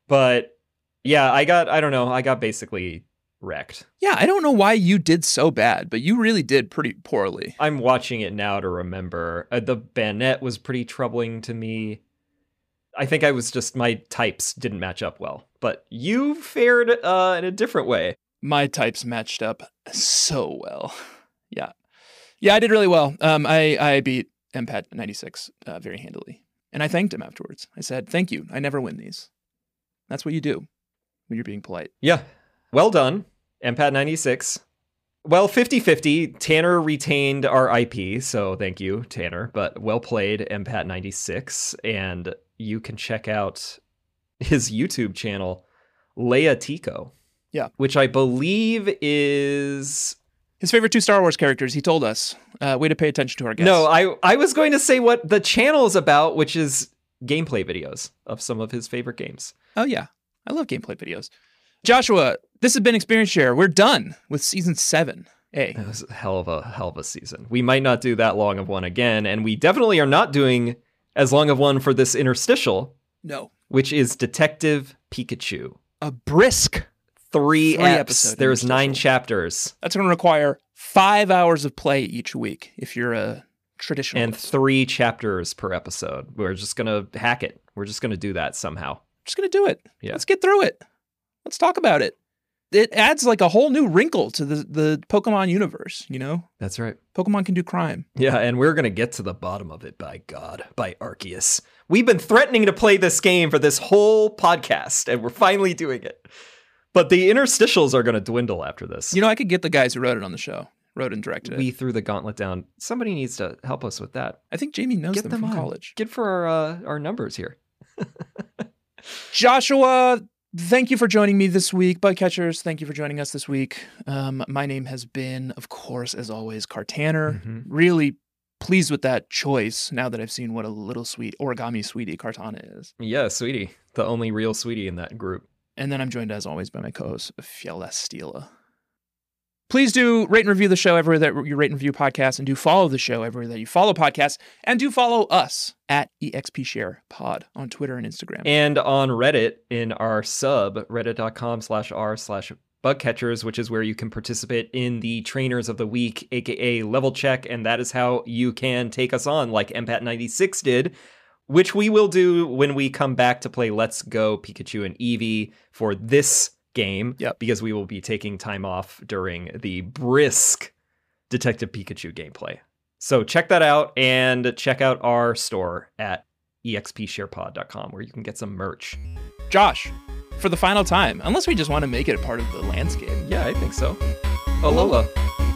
Speaker 2: But yeah, I got I don't know, I got basically wrecked.
Speaker 1: yeah, I don't know why you did so bad, but you really did pretty poorly.
Speaker 2: I'm watching it now to remember. Uh, the Bennett was pretty troubling to me. I think I was just my types didn't match up well. But you fared uh, in a different way.
Speaker 1: My types matched up so well. Yeah. Yeah, I did really well. Um, I, I beat Empat 96 uh, very handily. And I thanked him afterwards. I said, Thank you. I never win these. That's what you do when you're being polite.
Speaker 2: Yeah. Well done, Empat 96. Well, 50 50. Tanner retained our IP, so thank you, Tanner. But well played, Empat 96. And you can check out his YouTube channel, Leia Tico.
Speaker 1: Yeah.
Speaker 2: Which I believe is
Speaker 1: His favorite two Star Wars characters, he told us. Uh, way to pay attention to our guests.
Speaker 2: No, I I was going to say what the channel is about, which is gameplay videos of some of his favorite games.
Speaker 1: Oh yeah, I love gameplay videos. Joshua, this has been Experience Share. We're done with season seven. A.
Speaker 2: It was a hell of a hell of a season. We might not do that long of one again, and we definitely are not doing as long of one for this interstitial,
Speaker 1: No,
Speaker 2: which is Detective Pikachu.
Speaker 1: a brisk.
Speaker 2: Three,
Speaker 1: Three
Speaker 2: eps.
Speaker 1: episode
Speaker 2: There's nine
Speaker 1: interstitial.
Speaker 2: chapters
Speaker 1: That's going to require five hours of play each week if you're a traditional.
Speaker 2: and three chapters per episode. We're just gonna hack it. We're just gonna do that somehow.
Speaker 1: just going to do it.
Speaker 2: Yeah.
Speaker 1: Let's get through it. Let's talk about it. It adds like a whole new wrinkle to the the Pokemon universe. You know,
Speaker 2: That's right.
Speaker 1: Pokemon can do crime.
Speaker 2: Yeah, and we're going to get to the bottom of it by God, by Arceus. We've been threatening to play this game for this whole podcast, and we're finally doing it. But the interstitials are going to dwindle after this.
Speaker 1: You know, I could get the guys who wrote it on the show, wrote and directed it.
Speaker 2: we threw the gauntlet down. Somebody needs to help us with that.
Speaker 1: I think Jamie knows
Speaker 2: Get
Speaker 1: them,
Speaker 2: them
Speaker 1: from
Speaker 2: on.
Speaker 1: college.
Speaker 2: Get for our uh, our numbers here.
Speaker 1: Joshua, thank you for joining me this week. Bugcatchers, thank you for joining us this week. Um, my name has been, of course, as always, Cartaner.
Speaker 2: Mhm.
Speaker 1: Really pleased with that choice now that I've seen what a little sweet origami sweetie Cartana is.
Speaker 2: Yeah, sweetie, the only real sweetie in that group.
Speaker 1: And then I'm joined, as always, by my co host, Fiala Stila. Please do rate and review the show everywhere that you rate and review podcasts, and do follow the show everywhere that you follow podcasts, and do follow us at E ExpSharePod on Twitter and Instagram.
Speaker 2: and on reddit in our sub reddit.com slash r slash bugcatchers which is where you can participate in the trainers of the week aka level check and that is how you can take us on like mpat 96 did which we will do when we come back to play let's go pikachu and eevee for this game
Speaker 1: Yep.
Speaker 2: because we will be taking time off during the brisk detective pikachu gameplay so check that out and check out our store at expsharepod.com where you can get some merch.
Speaker 1: Josh, for the final time, unless we just want to make it a part of the landscape.
Speaker 2: Yeah, I think so. Alola.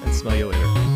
Speaker 2: And smell you later.